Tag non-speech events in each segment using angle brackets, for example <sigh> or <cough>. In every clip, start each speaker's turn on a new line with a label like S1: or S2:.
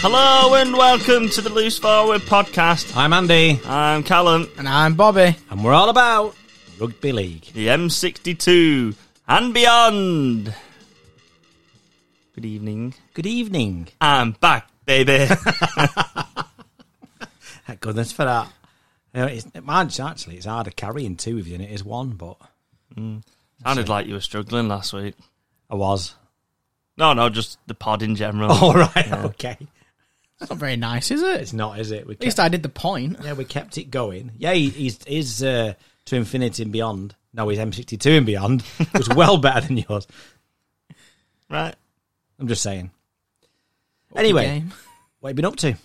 S1: Hello and welcome to the Loose Forward podcast.
S2: I'm Andy,
S1: I'm Callum,
S3: And I'm Bobby.
S2: and we're all about rugby league.
S1: the M62 and beyond. Good evening.
S2: Good evening.
S1: I'm back, baby.
S2: Thank goodness for that. You know, it's, it, mine's actually, it's harder carrying two of you than it is one, but
S1: Sounded like you were struggling last week.
S2: I was. <laughs>
S1: No, no, just the pod in general.
S2: All right, okay.
S3: It's not very nice, is it?
S2: It's not, is it? We
S3: At
S2: kept,
S3: least I did the point.
S2: yeah, we kept it going. Yeah, he, he's, his uh, to infinity and beyond. No, his M62 and beyond <laughs> was well better than yours.
S1: Right.
S2: I'm just saying. Anyway,
S3: Game.
S2: what have you been up to?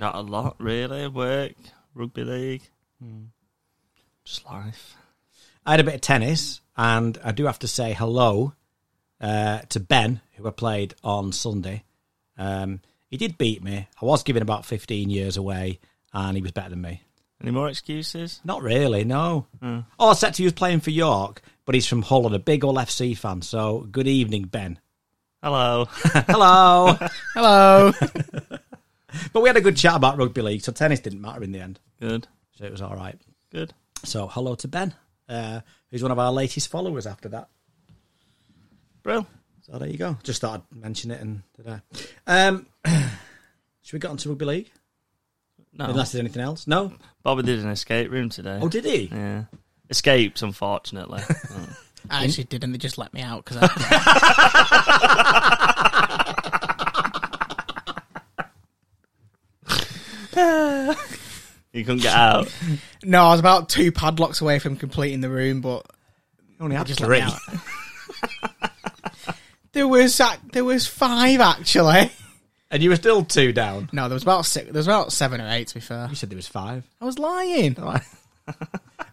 S1: Not a lot, really. Work, rugby league, just life.
S2: I had a bit of tennis, and I do have to say hello uh, to Ben, who I played on Sunday. Um, he did beat me. I was given about 15 years away, and he was better than me.
S1: Any more excuses?
S2: Not really, no. Oh, I said to you, he was playing for York, but he's from Hull and a big old FC fan. So, good evening, Ben.
S1: Hello.
S2: Hello. <laughs>
S3: Hello.
S2: but we had a good chat about rugby league, so tennis didn't matter in the end.
S1: Good.
S2: So, it was all right.
S1: Good.
S2: So, hello to Ben, uh, who's one of our latest followers after that.
S1: Brill.
S2: So there you go. Just thought I'd mention it and did I. Um, <clears throat> should we get on to rugby league?
S1: No.
S2: Unless there's anything else? No.
S1: Bobby did an escape room today.
S2: Oh, did he?
S1: Yeah. Escaped, unfortunately. Mm.
S3: I actually did, and they just let me out because
S2: <laughs>
S3: I,
S1: <laughs> you couldn't get out.
S3: no, I was about two padlocks away from completing the room, but
S2: Only
S3: they
S2: had
S3: just
S2: three.
S3: let me out. <laughs> there was ac- there was five actually.
S2: And you were still two down.
S3: No, there was about six. There was about seven or eight. To be fair,
S2: You said there was five.
S3: I was lying.
S2: a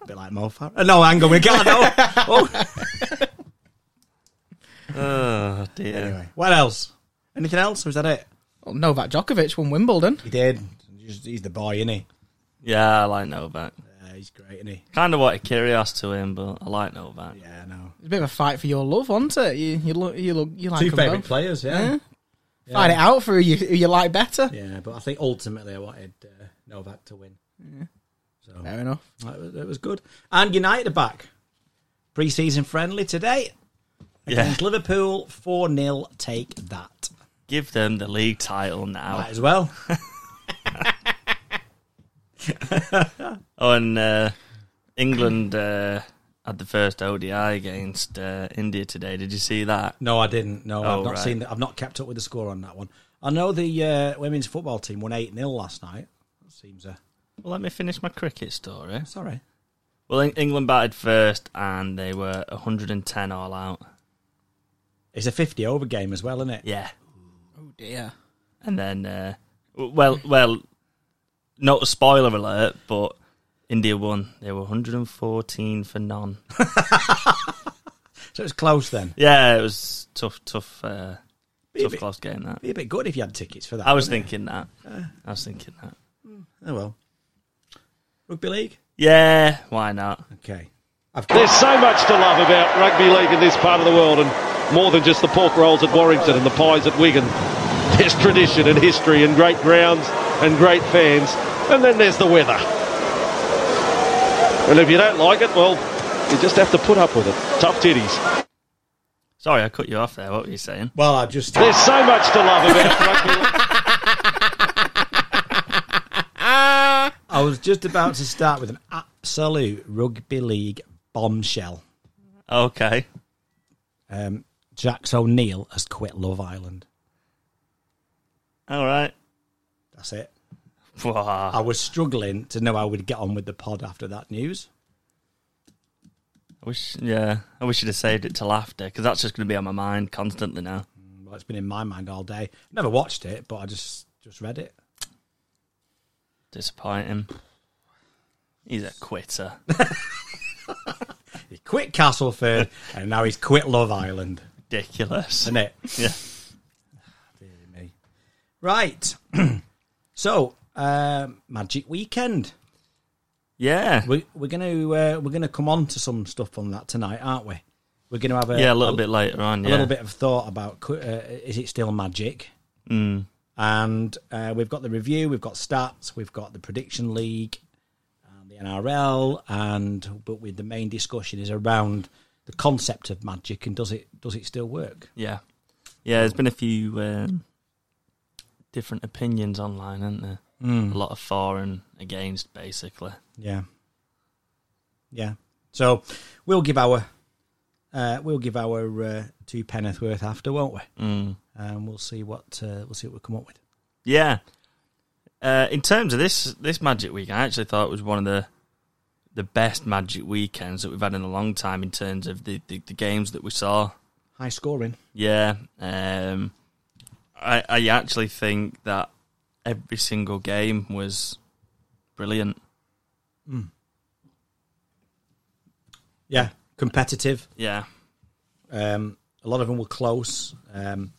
S2: bit like Mo Farah. Uh, No, hang on, we can't. No. Oh.
S1: Oh dear.
S2: Anyway, what else? Anything else? Or is that it?
S3: Well, Novak Djokovic won Wimbledon.
S2: He did. He's he's the boy, isn't he?
S1: Yeah, I like Novak.
S2: Uh, he's great, isn't he?
S1: Kind of wanted Kyrgios to him, but I like Novak.
S2: Yeah, no.
S3: It's a bit of a fight for your love, wasn't it? You you look you look you like
S2: Two
S3: them
S2: favourite
S3: both.
S2: players, yeah. yeah.
S3: Find it out for who you who you like better.
S2: Yeah, but I think ultimately I wanted uh, Novak to win. So
S3: Fair enough.
S2: That was, that was good. And United are back. Pre season friendly today
S1: Yeah.
S2: against Liverpool 4 0. Take that.
S1: Give them the league title now.
S2: Might as well.
S1: Oh, and uh, England uh, had the first ODI against uh, India today. Did you see that?
S2: No, I didn't. No,
S1: Oh,
S2: I've not
S1: right.
S2: seen that. I've not kept up with the score on that one. I know the uh, women's football team won 8 0 last night. That seems uh,
S1: Well, let me finish my cricket story.
S2: sorry.
S1: Well, Eng- England batted first, and they were 110 all out.
S2: It's a 50 over game as well, isn't it?
S1: Yeah,
S3: Oh dear.
S1: and then uh, w- well, well, not a spoiler alert, but India won. They were 114 for none.
S2: So it's close then.
S1: Yeah, it was tough, tough, uh,
S2: Be a,
S1: tough,
S2: bit,
S1: close game. That
S2: be a bit good if you had tickets for that.
S1: I was
S2: wouldn't
S1: thinking that. I was thinking that.
S2: it? Oh, well. Rugby league?
S1: Yeah, why not?
S2: Okay. I've
S4: There's so much to love about rugby league in this part of the world, and more than just the pork rolls at Warrington and the pies at Wigan. <laughs> There's tradition and history, and great grounds and great fans, and then there's the weather. And if you don't like it, well, you just have to put up with it. Tough titties.
S1: Sorry, I cut you off there. What were you saying?
S2: Well, I've just.
S4: There's so much to love about <laughs> rugby league.
S2: I was just about to start with an absolute rugby league bombshell.
S1: Okay.
S2: Um, Jax O'Neill has quit Love Island.
S1: All right.
S2: That's it.
S1: Wah.
S2: I was struggling to know how we'd get on with the pod after that news.
S1: I wish, yeah, I wish you'd have saved it till after because that's just going to be on my mind constantly now.
S2: Well, it's been in my mind all day. Never watched it, but I just just read it.
S1: Disappointing. He's a quitter.
S2: He
S1: <laughs>
S2: quit Castleford, and now he's quit Love Island,
S1: Ridiculous. <laughs>
S2: isn't it? Ah,
S1: Yeah.
S2: Dear me. Right. <clears throat> so, um, Magic Weekend.
S1: Yeah.
S2: We, we're gonna uh, we're gonna come on to some stuff on that tonight, aren't we? We're gonna have a
S1: Yeah, a little bit later on.
S2: a
S1: Yeah.
S2: little bit of thought about cou- uh, is it still magic? And uh, we've got the review, we've got stats, we've got the prediction league, and the NRL, and but with the main discussion is around the concept of magic and does it does it still work?
S1: Yeah, yeah. There's been a few um, different opinions online, isn't there? A lot of for and against, basically.
S2: Yeah, yeah. So we'll give our uh, we'll give our uh, two penneth worth after, won't we?
S1: Mm.
S2: And we'll see what uh, we'll see what we come up with.
S1: Yeah. Uh, in terms of this this Magic Week, I actually thought it was one of the the best Magic weekends that we've had in a long time in terms of the, the, the games that we saw.
S2: High scoring.
S1: Yeah. Um, I I actually think that every single game was brilliant.
S2: Yeah, competitive.
S1: Yeah.
S2: Um, a lot of them were close. Um,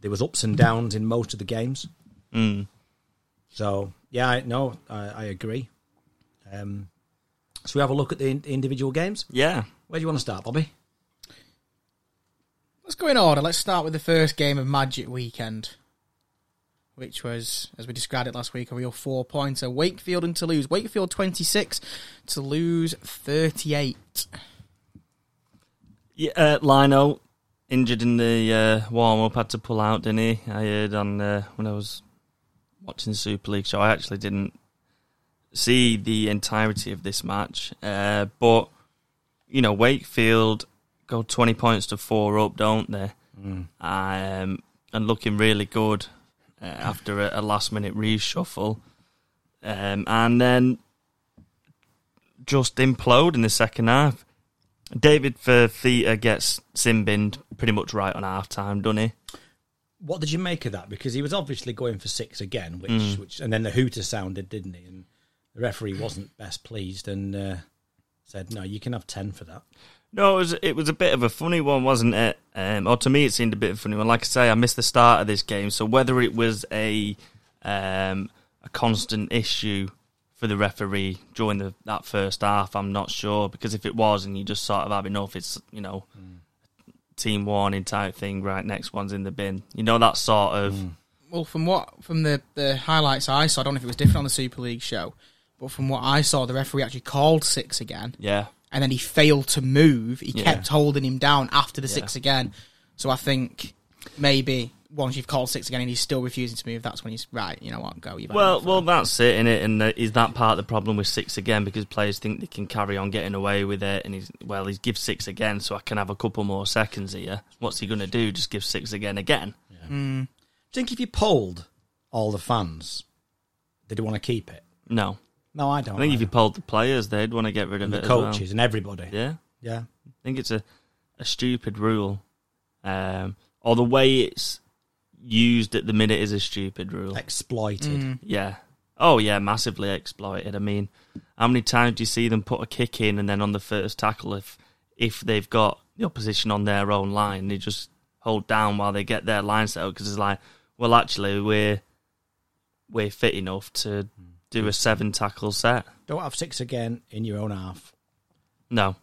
S2: there was ups and downs in most of the games.
S1: Mm.
S2: So yeah, I, no, I, I agree. Um, so we have a look at the in- individual games.
S1: Yeah.
S2: Where do you want to start, Bobby?
S3: Let's go in order. Let's start with the first game of Magic Weekend, which was, as we described it last week, a real four pointer. Wakefield and Toulouse. Wakefield 26, Toulouse 38.
S1: Yeah, uh, Lino injured in the uh, warm up, had to pull out, didn't he? I heard on uh, when I was watching the Super League show. I actually didn't see the entirety of this match, uh, but you know Wakefield go twenty points to four up, don't they? Um, and looking really good uh, after a, a last minute reshuffle, um, and then just implode in the second half. David Fafita gets Simbined pretty much right on half time, doesn't he?
S2: What did you make of that? Because he was obviously going for six again, which,
S1: Mm.
S2: which, and then the hooter sounded, didn't he? And the referee wasn't best pleased and uh, said, "No, you can have ten for that."
S1: No, it was it was a bit of a funny one, wasn't it? Um, or to me, it seemed a bit of a funny one. Like I say, I missed the start of this game, so whether it was a um, a constant issue for the referee during the, that first half, I'm not sure. Because if it was, and you just sort of have enough, it's you know team warning type thing. Right, next one's in the bin. You know that sort of
S3: Well, from what from the, the highlights I saw, I don't know if it was different on the Super League show, but from what I saw, the referee actually called six again.
S1: yeah.
S3: and then he failed to move. He
S1: Yeah.
S3: kept holding him down after the
S1: Yeah.
S3: six again. So I think maybe once you've called six again and he's still refusing to move, that's when he's right. You know what? Go. You've had
S1: Well,
S3: enough.
S1: well, that's it, innit? And uh, is that part of the problem with six again? Because players think they can carry on getting away with it, and he's well, he's give six again, so I can have a couple more seconds here. What's he going to do? Just give six again, again?
S2: Do you think if you polled all the fans, they'd want to keep it?
S1: No,
S2: No, I don't.
S1: I think if
S2: either.
S1: you polled the players, they'd want to get rid of
S2: and
S1: it.
S2: the
S1: as
S2: coaches
S1: well.
S2: and everybody,
S1: yeah.
S2: yeah.
S1: I think it's a, a stupid rule, um, or the way it's used at the minute is a stupid rule.
S2: exploited.
S1: Yeah. Oh yeah, massively exploited. I mean, how many times do you see them put a kick in and then on the first tackle, if if they've got the opposition on their own line, they just hold down while they get their line set up because it's like, well, actually, we're we're fit enough to do a seven tackle set.
S2: Don't have six again in your own half.
S1: No.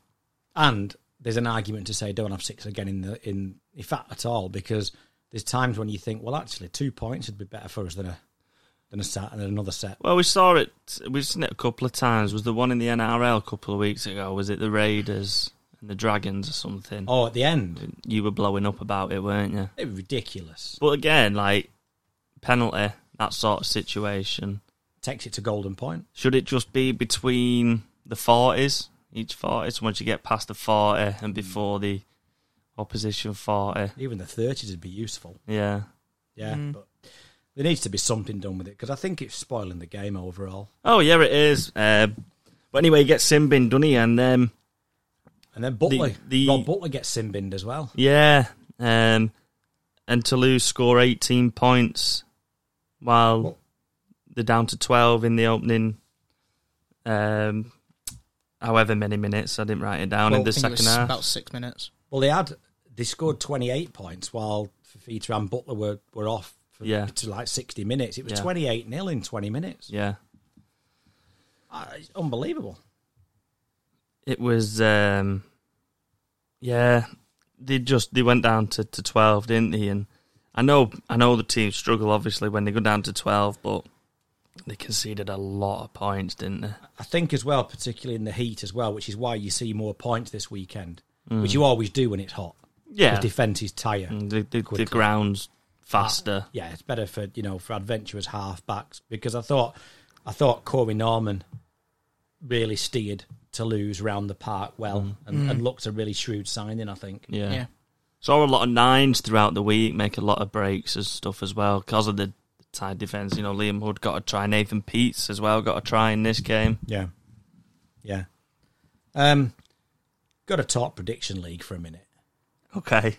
S2: And there's an argument to say don't have six again in the in if at, at all because there's times when you think well actually two points would be better for us than a than a set and then another set.
S1: Well, we saw it. We've seen it a couple of times. Was the one in the NRL a couple of weeks ago? Was it the Raiders and the Dragons or something?
S2: Oh, at the end
S1: You were blowing up about it, weren't you?
S2: it was ridiculous.
S1: But again, like penalty, that sort of situation.
S2: Takes it to golden point.
S1: Should it just be between the forties, each forties, once you get past the forty and before the opposition forty?
S2: Even the thirties would be useful.
S1: Yeah.
S2: Yeah,
S1: Mm.
S2: but there needs to be something done with it because I think it's spoiling the game overall.
S1: Oh yeah, it is. Uh, but anyway, you get Simbin, doesn't he? And um,
S2: And then Butler,
S1: the-
S2: Rob Butler gets sinbinned as well.
S1: yeah, um, and Toulouse score eighteen points while
S2: Well-
S1: they're down to twelve in the opening. Um, however many minutes I didn't write it down in
S2: Well,
S1: the
S3: I think it was
S1: second half.
S3: about six minutes.
S2: Well, they had they scored twenty eight points while Fafita and Butler were, were off for
S1: Yeah.
S2: to like sixty minutes. It was
S1: Yeah.
S2: twenty eight nil in twenty minutes.
S1: Yeah.
S2: Ah, it's unbelievable.
S1: it was um yeah they just they went down to, to 12 didn't they and I know, I know the teams struggle obviously when they go down to twelve, but they conceded a lot of points, didn't they?
S2: I think as well, particularly in the heat as well, which is why you see more points this weekend, which you always do when it's hot.
S1: Mm. Yeah, Mm.
S2: The defences tire.
S1: And the, the, the
S2: Quickly.
S1: ground's faster.
S2: Yeah, it's better for you know for adventurous half backs because I thought I thought Corey Norman really steered Toulouse round the park well and, and looked a really shrewd signing. I think.
S1: Mm. Yeah.
S3: Yeah.
S1: saw a lot of nines throughout the week, make a lot of breaks and stuff as well because of the tight defense. You know, Liam Hood got a try, Nathan Peets as well got a try in this game.
S2: Yeah. Yeah. Um, got to talk prediction league for a minute.
S1: <laughs> Okay,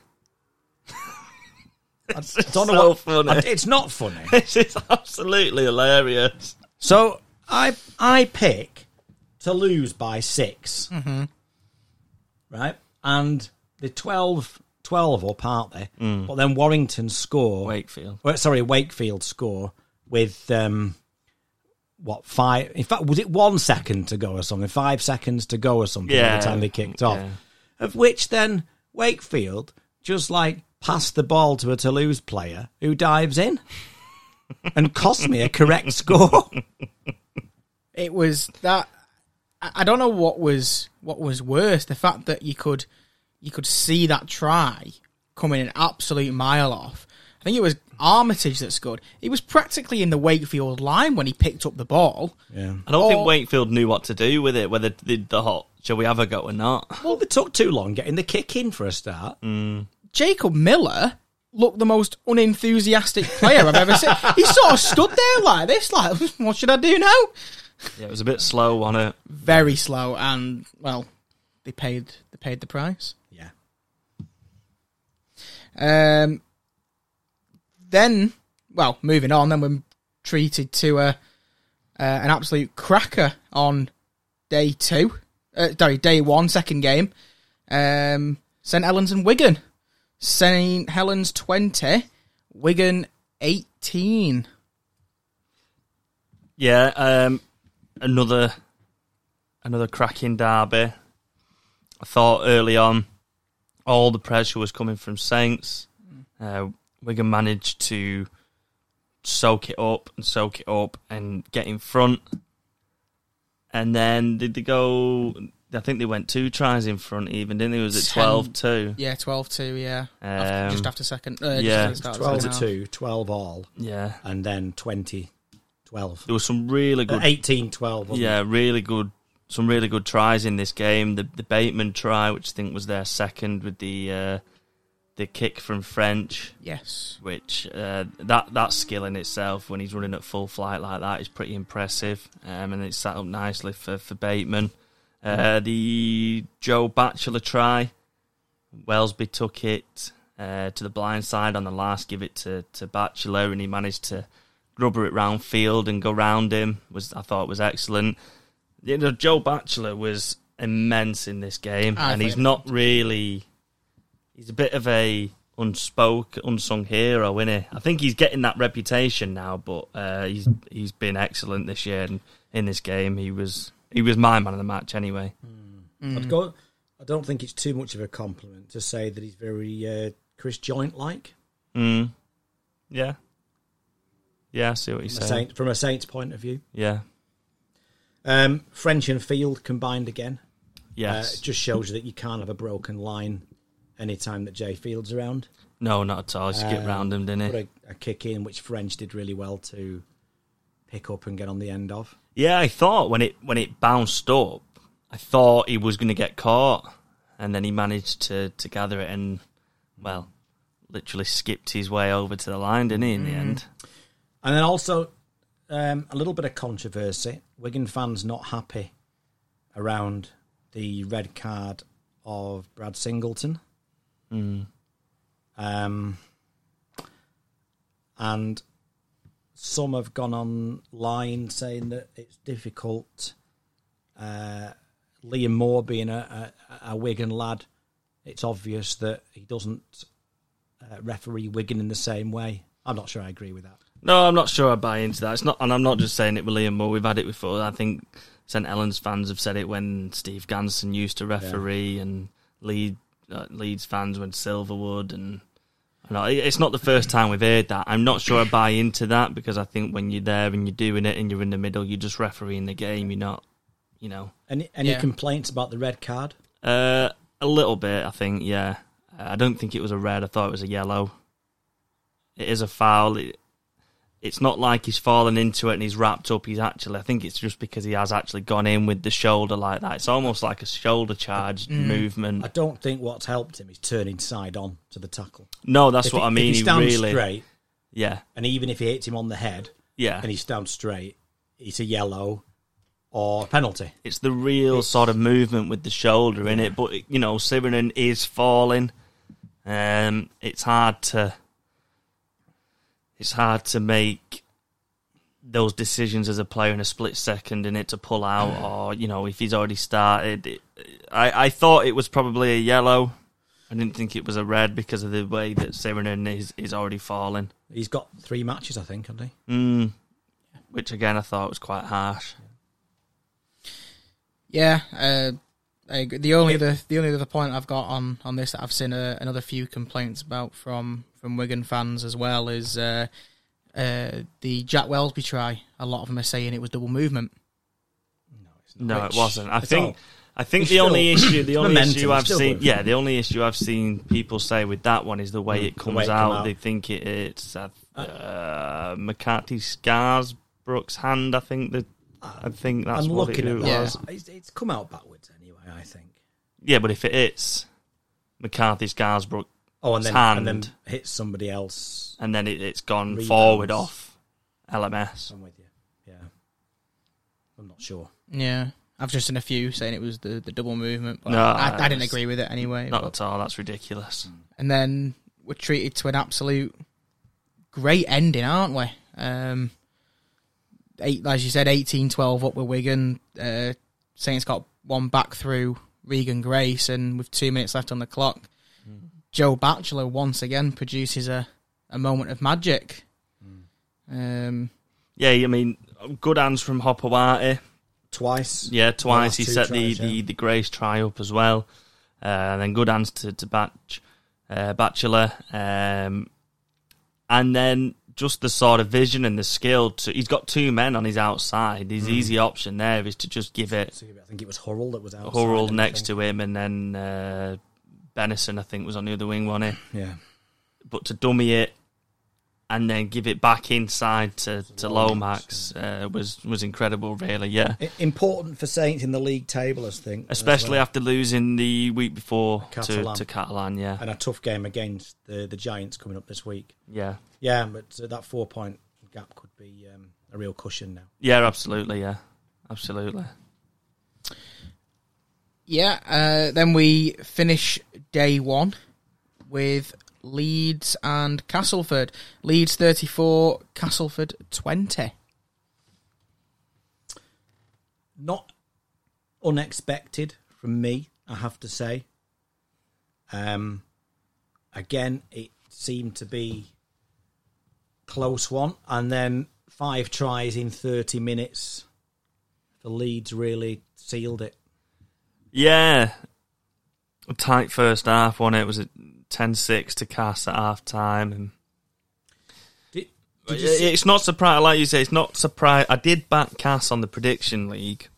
S2: I
S1: don't know so what- funny.
S2: I- it's not funny.
S1: this is absolutely hilarious.
S2: so I I pick to lose by 6
S1: Mm-hmm.
S2: right? And the 12, 12 up, aren't they? But then Warrington score.
S1: Mm. Wakefield,
S2: Well, sorry, Wakefield score with um, what five? In fact, was it one second to go or something? Five seconds to go or something by
S1: Yeah,
S2: the time they kicked off.
S1: yeah.
S2: Of which then Wakefield just like passed the ball to a Toulouse player who dives
S1: <laughs>
S2: in and cost me a correct score.
S3: It was that. I I don't know what was what was worse: the fact that you could you could see that try coming an absolute mile off. I think it was Armitage that scored. He was practically in the Wakefield line when he picked up the ball.
S2: Yeah.
S1: I don't
S3: Oh.
S1: think Wakefield knew what to do with it, whether they did the hot. Shall we have a go or not?
S2: Well, they took too long getting the kick in for a start.
S3: Jacob Miller looked the most unenthusiastic player I've ever seen. He sort of stood there like this, like, <laughs> what should I do now?
S1: Yeah, it was a bit slow on it.
S3: Very slow, and well, they paid they paid the price.
S2: Yeah.
S3: Um, then, well, moving on, then we're treated to a uh, an absolute cracker on day two. Uh, sorry, day one, second game. Um, St Helens and Wigan. St Helens twenty, Wigan eighteen.
S1: Yeah, um, another another cracking derby. I thought early on all the pressure was coming from Saints. Uh, Wigan managed to soak it up and soak it up and get in front. And then did they go? I think they went two tries in front, even didn't they? Was it
S3: Ten.
S1: 12 2?
S3: Yeah, 12-2, yeah.
S1: Um,
S3: After, just after second. Uh,
S1: yeah,
S3: yeah, just after the start of the
S2: 12 to
S3: second half.
S2: 2, 12 all,
S1: Yeah.
S2: and then 20 12.
S1: There was some really
S2: Uh,
S1: good
S2: 18 12. wasn't it?
S1: Yeah, really good. Some really good tries in this game. The the Bateman try, which I think was their second, with the uh, the kick from French,
S3: Yes.
S1: which uh, that that skill in itself when he's running at full flight like that is pretty impressive. Um, and it's set up nicely for for Bateman. Uh, the Joe Batchelor try, Wellesby took it uh, to the blind side on the last, give it to to Batchelor, and he managed to rubber it round field and go round him. Was I thought was excellent. You know, Joe Batchelor was immense in this game,
S3: I
S1: and
S3: thought
S1: he's
S3: he-
S1: not really. He's a bit of a unspoke, unsung hero, is I think he's getting that reputation now, but uh, he's he's been excellent this year, and in this game he was he was my man of the match anyway.
S2: I'd go. I don't think it's too much of a compliment to say that he's very uh, Chris Joint like
S1: Mm. Yeah. Yeah, I see what you're saying.
S2: Saint, from a Saints point of view.
S1: Yeah.
S2: Um, French and Field combined again uh,
S1: Yes.
S2: just shows you that you can't have a broken line anytime that Jay Field's around.
S1: no, not at all. He skipped
S2: Um,
S1: round him, didn't
S2: But
S1: he?
S2: a, a kick in which French did really well to pick up and get on the end of.
S1: Yeah, I thought when it when it bounced up, I thought he was going to get caught, and then he managed to to gather it and well, literally skipped his way over to the line, didn't he? In the
S2: Mm.
S1: end.
S2: And then also um, a little bit of controversy. Wigan fans not happy around the red card of Brad Singleton. Um, and some have gone online saying that it's difficult. Uh, Liam Moore being a, a, a Wigan lad, it's obvious that he doesn't uh, referee Wigan in the same way. I'm not sure I agree with that.
S1: No, I'm not sure I buy into that. It's not, and I'm not just saying it with Liam Moore. We've had it before. I think St. Helens fans have said it when Steve Ganson used to referee, and Leed, uh, Leeds fans when Silverwood, and I know, it- it's not the first time we've heard that. I'm not sure I buy into that because I think when you're there and you're doing it and you're in the middle, you're just refereeing the game. You're not, you know,
S2: Any any
S3: Yeah.
S2: complaints about the red card?
S1: uh, a little bit. I think, yeah. I don't think it was a red. I thought it was a yellow. It is a foul. It, it's not like he's fallen into it and he's wrapped up. He's actually, I think it's just because he has actually gone in with the shoulder like that. It's almost like a shoulder charge movement.
S2: Mm. I don't think what's helped him is turning side on to the tackle.
S1: no, that's
S2: If
S1: what
S2: he-
S1: I mean.
S2: If he
S1: He
S2: stands
S1: really,
S2: straight,
S1: yeah,
S2: and even if he hits him on the head
S1: yeah.
S2: and he stands straight, it's a yellow or a penalty.
S1: It's the real sort of movement with the shoulder in it, but you know, Sivanen is falling. Um, it's hard to it's hard to make those decisions as a player in a split second in it to pull out, or you know, if he's already started. It, I I thought it was probably a yellow. I didn't think it was a red because of the way that Sivanen is is already falling,
S2: He's got three matches, I think, hasn't he?
S1: mm, which again I thought was quite harsh.
S3: Yeah, uh, I agree. the only other the only other point I've got on on this that I've seen uh another few complaints about from from Wigan fans as well is uh, uh, the Jack Wellsby try. A lot of them are saying it was double movement.
S1: No,
S2: Which-
S1: it wasn't. I
S2: it's
S1: think
S2: all-
S1: I think
S2: it's
S1: the only
S2: still-
S1: issue the
S2: it's
S1: only
S2: momentum,
S1: issue
S2: it's
S1: I've
S2: still
S1: seen
S2: moving.
S1: yeah the only issue I've seen people say with that one is the way it
S2: Mm, the
S1: comes
S2: way it come
S1: out.
S2: out.
S1: They think it, it's uh, uh, McCarthy scars Brooks' hand. I think that I think that's
S2: I'm
S1: what
S2: looking
S1: it
S2: at
S1: was.
S3: that.
S1: Yeah.
S2: those. It's, it's come out backwards anyway, I think.
S1: but if it it's McCarthy scars Brooks
S2: Oh, and then and then
S1: Hand.
S2: hits somebody else.
S1: and then it, it's gone
S2: Rebounds.
S1: forward off LMS.
S2: I'm with you. Yeah, I'm not sure.
S3: Yeah, I've just seen a few saying it was the, the double movement, but
S1: No,
S3: I, I didn't
S1: it's-
S3: agree with it anyway.
S1: Not
S3: but-
S1: at all. That's ridiculous.
S2: mm.
S3: and then we're treated to an absolute great ending, aren't we? Um, eight, as you said, 18-12 up with Wigan. Uh, Saints got one back through Regan Grace, and with two minutes left on the clock, Joe Batchelor once again produces a, a moment of magic. Um,
S1: Yeah, I mean, good hands from Hopawati.
S2: Twice.
S1: Yeah, twice.
S2: last
S1: He
S2: two
S1: set
S2: tries,
S1: the, the,
S2: yeah.
S1: the Grace try up as well. Uh, and then good hands to, to Batch, uh, Bachelor. Um, and then just the sort of vision and the skill. To, he's got two men on his outside.
S2: Mm.
S1: His easy option there is to just give it
S2: So I think it was Hurrell that was out.
S1: Hurrell next to him and then uh, Benison, I think, was on the other wing, wasn't he?
S2: Yeah,
S1: But to dummy it and then give it back inside to, to Lomax uh, was, was incredible, really, yeah.
S2: I- important for Saints in the league table, I think. as
S1: especially
S2: well.
S1: after losing the week before
S2: Catalan.
S1: to to Catalan. Yeah,
S2: and a tough game against the the Giants coming up this week.
S1: yeah,
S2: Yeah, but uh, that four point gap could be um, a real cushion now.
S1: yeah, absolutely, yeah, absolutely.
S3: yeah, uh, then we finish day one with Leeds and Castleford. Leeds 34, Castleford 20.
S2: Not unexpected from me, I have to say. Um, again, it seemed to be close one, and then five tries in thirty minutes. The Leeds really sealed it.
S1: Yeah, A tight first half. One it was at 10-6 to Cass at half time, and
S2: Did, did you see-
S1: it's not surprised. Like you say, it's not surprised. I did back Cass on the prediction league,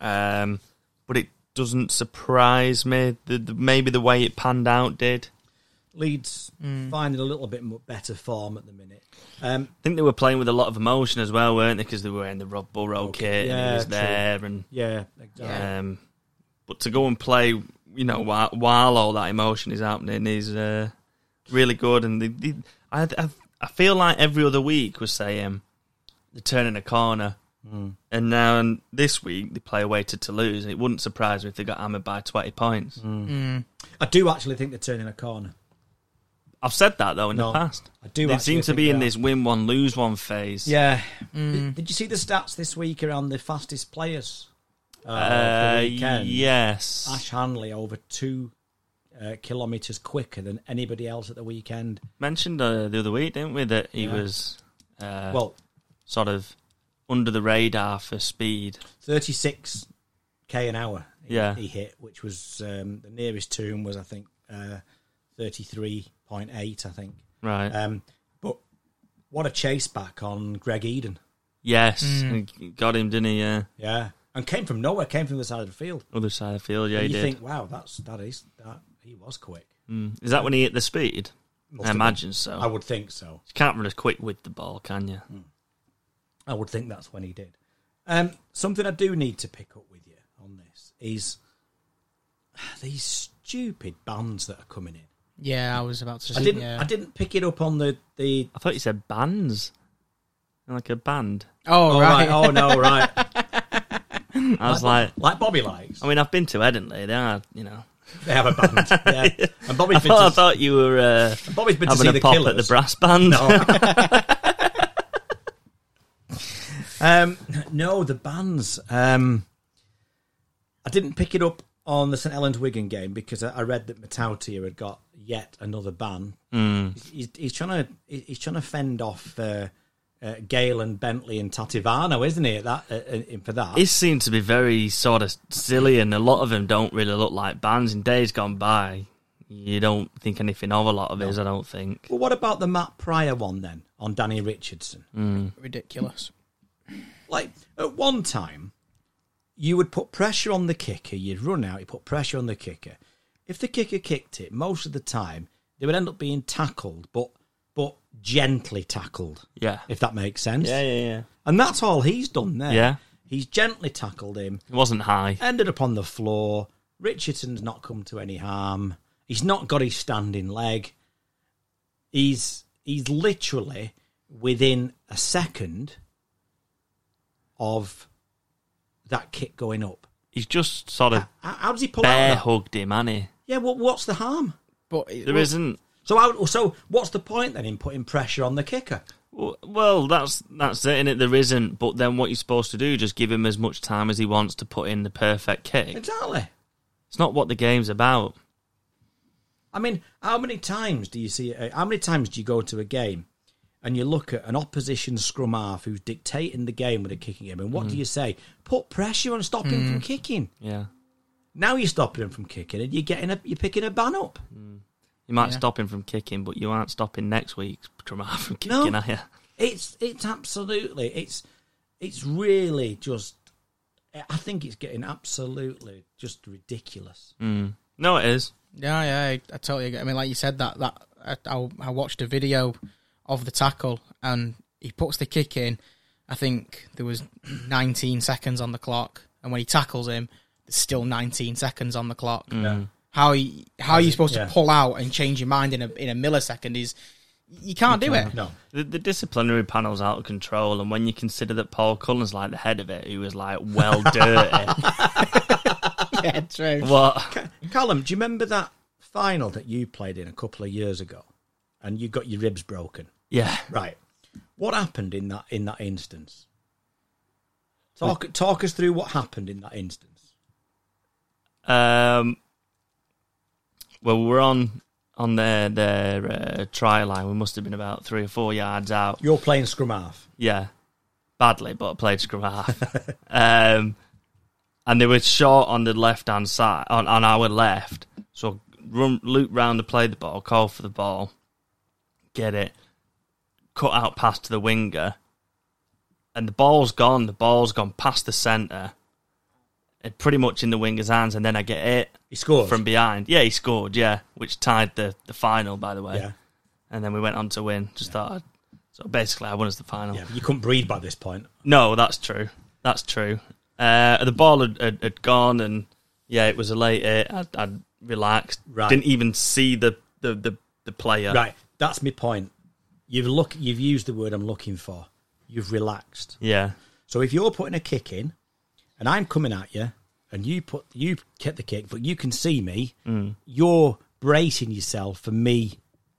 S1: um, but it doesn't surprise me. The, the, maybe the way it panned out did.
S2: Leeds
S1: Mm.
S2: finding a little bit mo- better form at the minute. Um,
S1: I think they were playing with a lot of emotion as well, weren't they? Because they were in the Rob Burrow kit and
S2: Yeah,
S1: he was
S2: true.
S1: there, and
S2: yeah, exactly.
S1: um, but to go and play, you know, while, while all that emotion is happening is uh, really good. And they, they, I, I, I feel like every other week was saying they're turning a corner,
S2: Hmm.
S1: and now and this week they play away to Toulouse, and it wouldn't surprise me if they got hammered by twenty points.
S2: Hmm. I do actually think they're turning a corner.
S1: I've said that though in
S2: No,
S1: the past.
S2: I do
S1: They
S2: actually
S1: seem to
S2: think
S1: be
S2: they
S1: in
S2: are.
S1: this Mm. win one, lose one phase.
S2: Yeah. Did, did you see the stats this week around the fastest players? Uh,
S1: Uh,
S2: for the weekend?
S1: yes.
S2: Ash Hanley over two uh, kilometres quicker than anybody else at the weekend.
S1: mentioned uh, the other week, didn't we, that he
S2: Yeah.
S1: was uh,
S2: Well,
S1: sort of under the radar for speed.
S2: 36k an hour he,
S1: Yeah.
S2: he hit, which was um, the nearest to him was, I think, uh, 33.8, I think.
S1: Right.
S2: Um, but what a chase back on Greg Eden.
S1: yes. and Got him, didn't he? Yeah.
S2: Yeah. And came from nowhere, came from the side of the field.
S1: Other side of the field. Yeah,
S2: And
S1: he
S2: you
S1: did.
S2: think, wow, that's that is that he was quick.
S1: Mm. Is that when he hit the speed?
S2: Must
S1: I
S2: have
S1: imagine
S2: been. I Hmm.
S1: so.
S2: would think so.
S1: You can't run as quick with the ball, can you?
S2: I would think that's when he did. Um, something I do need to pick up with you on this is these stupid bans that are coming in.
S3: Yeah, I was about to.
S2: I
S3: say,
S2: didn't.
S3: yeah.
S2: I didn't pick it up on the the.
S1: I thought you said bands. Like a
S2: <laughs>
S1: band.
S3: Oh,
S2: Oh, right.
S3: right.
S2: Oh no.
S1: <laughs>
S2: Right.
S1: I was like,
S2: like Bobby likes.
S1: I mean, I've been to Edinley. They are, you know.
S2: They have a band. Yeah.
S1: <laughs>
S2: And
S1: I
S2: Bobby's been,
S1: thought, I
S2: to,
S1: thought you were uh,
S2: Bobby's been to see
S1: having
S2: the
S1: a pop
S2: killers.
S1: at the brass band.
S2: Um, <laughs> no, the bans. Um, I didn't pick it up on the St Helens Wigan game because I, I read that Matautier had got yet another ban. He's, he's, he's trying to he- he's trying to fend off uh, uh, Gale and Bentley and Tativano, isn't he? at That uh, in for
S1: <laughs>
S2: that.
S1: It seems to be very sort of silly, and a lot of them don't really look like bands. In days gone by, you don't think anything of a lot of his, I don't think.
S2: well, what about the Matt Pryor one then on Danny Richardson?
S3: Ridiculous.
S2: Like at one time, you would put pressure on the kicker. You'd run out. You put pressure on the kicker. If the kicker kicked it, most of the time they would end up being tackled, but but gently tackled.
S1: Yeah.
S2: If that makes sense.
S1: yeah, yeah.
S2: And that's all he's done there.
S1: Yeah.
S2: He's gently tackled him,
S1: It wasn't high.
S2: ended up on the floor. Richardson's not come to any harm. He's not got his standing leg. He's he's literally within a second of that kick going up.
S1: He's just sort of
S2: How, how does he pull
S1: bear
S2: out? That?
S1: hugged him, hasn't he?
S2: Yeah, what what's the harm?
S3: But
S1: There not
S2: So how, so what's the point then in putting pressure on the kicker?
S1: Well, that's that's it, and there isn't. But then, what you're supposed to do? Just give him as much time as he wants to put in the perfect kick.
S2: Exactly.
S1: It's not what the game's about.
S2: I mean, how many times do you see? uh, How many times do you go to a game and you look at an opposition scrum half who's dictating the game with a kicking game, and what do you say? Put pressure on, stop him from kicking.
S1: Yeah,
S2: Now you're stopping him from kicking, and you're getting a, you're picking a ban up.
S1: you might
S3: Yeah.
S1: stop him from kicking, but you aren't stopping next week's <laughs> Kramar from kicking, are you?
S2: It's it's absolutely it's it's really just. I think it's getting absolutely just ridiculous.
S1: No, it is.
S3: Yeah, yeah, I, I totally agree. I mean, like you said, that that I, I, I watched a video of the tackle, and he puts the kick in. I think there was 19 seconds on the clock, and when he tackles him, there's still 19 seconds on the clock. How you, how are you supposed
S2: yeah.
S3: to pull out and change your mind in a in a millisecond? Is you can't do it.
S2: No,
S1: The, the disciplinary panel's out of control, and when you consider that Paul Cullen's like the head of it, who was like well dirty.
S3: <laughs> yeah, true.
S1: what?
S2: Callum, do you remember that final that you played in a couple of years ago, and you got your ribs broken?
S1: Yeah,
S2: Right. What happened in that in that instance? Talk talk us through what happened in that instance.
S1: Um, well, we're on on their their uh, try line. We must have been about three or four yards out.
S2: You're playing scrum half.
S1: Yeah, badly, but I played scrum half. um, and they were short on the left hand side, on, on our left. So run, loop round to play the ball, call for the ball, get it, cut out past to the winger, and the ball's gone. The ball's gone past the centre, and pretty much in the winger's hands, and then I get it
S2: He scored
S1: from behind. Yeah, he scored. Yeah, which tied the the final, by the way.
S2: yeah.
S1: And then we went on to win. Just thought. I'd, so basically, I won us the final.
S2: Yeah, you couldn't breathe by this point.
S1: No, that's true. That's true. Uh, the ball had, had, had gone, and yeah, it was a late hit. I'd, I'd relaxed.
S2: Right.
S1: Didn't even see the the the, the player.
S2: Right, that's my point. You've look you've used the word I'm looking for. You've relaxed.
S1: Yeah.
S2: So if you're putting a kick in, and I'm coming at you, and you put you get the kick, but you can see me, you're bracing yourself for me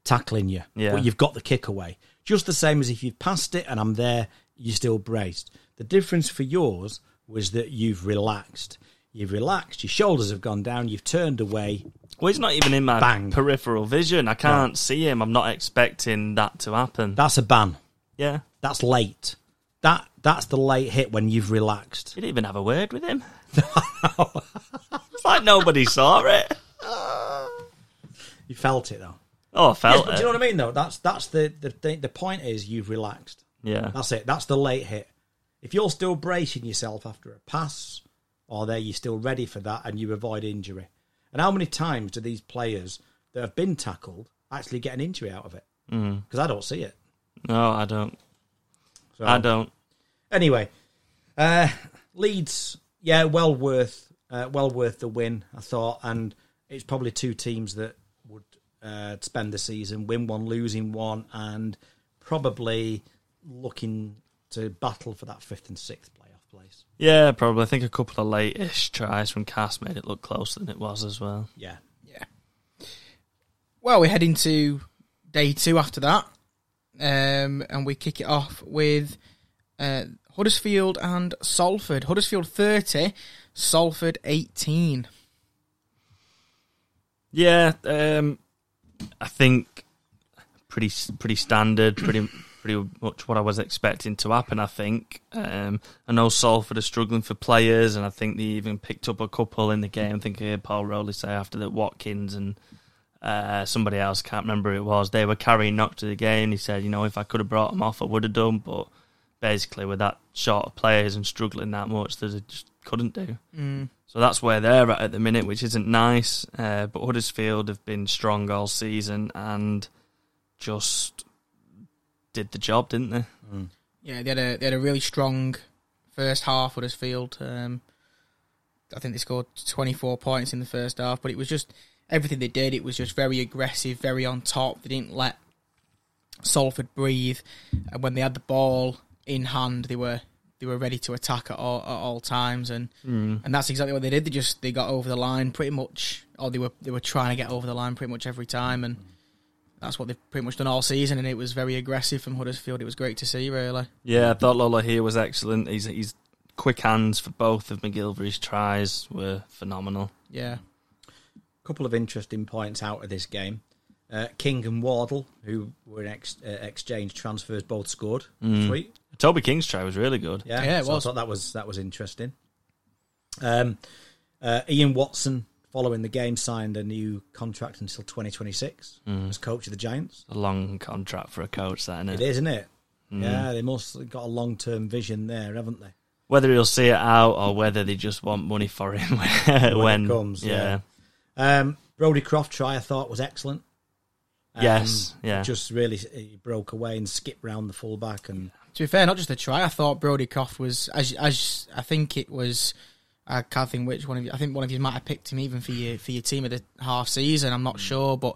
S2: tackling you.
S1: Yeah.
S2: But you've got the kick away. Just the same as if you've passed it and I'm there, you're still braced. The difference for yours was that you've relaxed. You've relaxed, your shoulders have gone down, you've turned away.
S1: Well, he's not even in my
S2: Bang.
S1: peripheral vision. I can't see him. I'm not expecting that to happen.
S2: That's a ban.
S1: yeah.
S2: That's late. That that's the late hit when you've relaxed.
S1: Didn't even have a word with
S2: <laughs>
S1: him. <laughs> it's like nobody saw it.
S2: You felt it though.
S1: Oh, I
S2: Yes,
S1: felt
S2: but do
S1: it.
S2: you know what I mean though? That's that's the the thing. The point is you've relaxed.
S1: Yeah.
S2: That's it. That's the late hit. If you're still bracing yourself after a pass, or there you're still ready for that and you avoid injury. And how many times do these players that have been tackled actually get an injury out of it?
S1: Mm.
S2: Because I don't see it.
S1: No, I don't.
S2: So,
S1: I don't.
S2: Anyway, uh, Leeds, yeah, well worth, uh, well worth the win, I thought, and it's probably two teams that would uh, spend the season win one, losing one, and probably looking to battle for that fifth and sixth playoff place.
S1: Yeah, probably. I think a couple of late-ish tries from Cass made it look closer than it was as well.
S2: Yeah,
S3: Yeah. Well, we head into day two after that, um, and we kick it off with uh, Huddersfield and Salford. Huddersfield thirty, Salford eighteen.
S1: Yeah, um, I think pretty pretty standard, pretty pretty much what I was expecting to happen. I think um, I know Salford are struggling for players, and I think they even picked up a couple in the game. I think I heard Paul Rowley say after that Watkins and uh, somebody else can't remember who it was. They were carrying knock to the game. He said, you know, if I could have brought them off, I would have done, but. Basically, with that short of players and struggling that much, that they just couldn't do.
S3: Hmm.
S1: So that's where they're at at the minute, which isn't nice. Uh, but Huddersfield have been strong all season and just did the job, didn't they?
S3: Yeah, they had a they had a really strong first half Huddersfield. Um, I think they scored twenty four points in the first half, but it was just everything they did. It was just very aggressive, very on top. They didn't let Salford breathe, and when they had the ball in hand, they were they were ready to attack at all, at all times, and and that's exactly what they did. They just they got over the line pretty much, or they were they were trying to get over the line pretty much every time, and. That's what they've pretty much done all season, and it was very aggressive from Huddersfield. It was great to see, really.
S1: Yeah, I thought Lola here was excellent. He's he's quick hands for both of McGilvery's tries were phenomenal.
S3: Yeah.
S2: a couple of interesting points out of this game. Uh, King and Wardle, who were in ex- uh, exchange transfers, both scored. Sweet.
S1: Toby King's try was really good.
S2: Yeah,
S3: Yeah, it
S2: so
S3: was.
S2: I thought that was that was interesting. Um, uh, Ian Watson, following the game, signed a new contract until 2026 as coach of the Giants.
S1: A long contract for a coach, that
S2: It
S1: isn't it?
S2: is, isn't it? Yeah, they must have got a long term vision there, haven't they?
S1: Whether he'll see it out or whether they just want money for him <laughs> when,
S2: When it comes, yeah. Um, Brody Croft try I thought was excellent. Um,
S1: Yes, yeah.
S2: Just really, he broke away and skipped round the fullback and
S3: To be fair, not just the try. I thought Brody Croft was as as I think it was. I can't think which one of you. I think one of you might have picked him even for your for your team of the half season. I'm not sure, but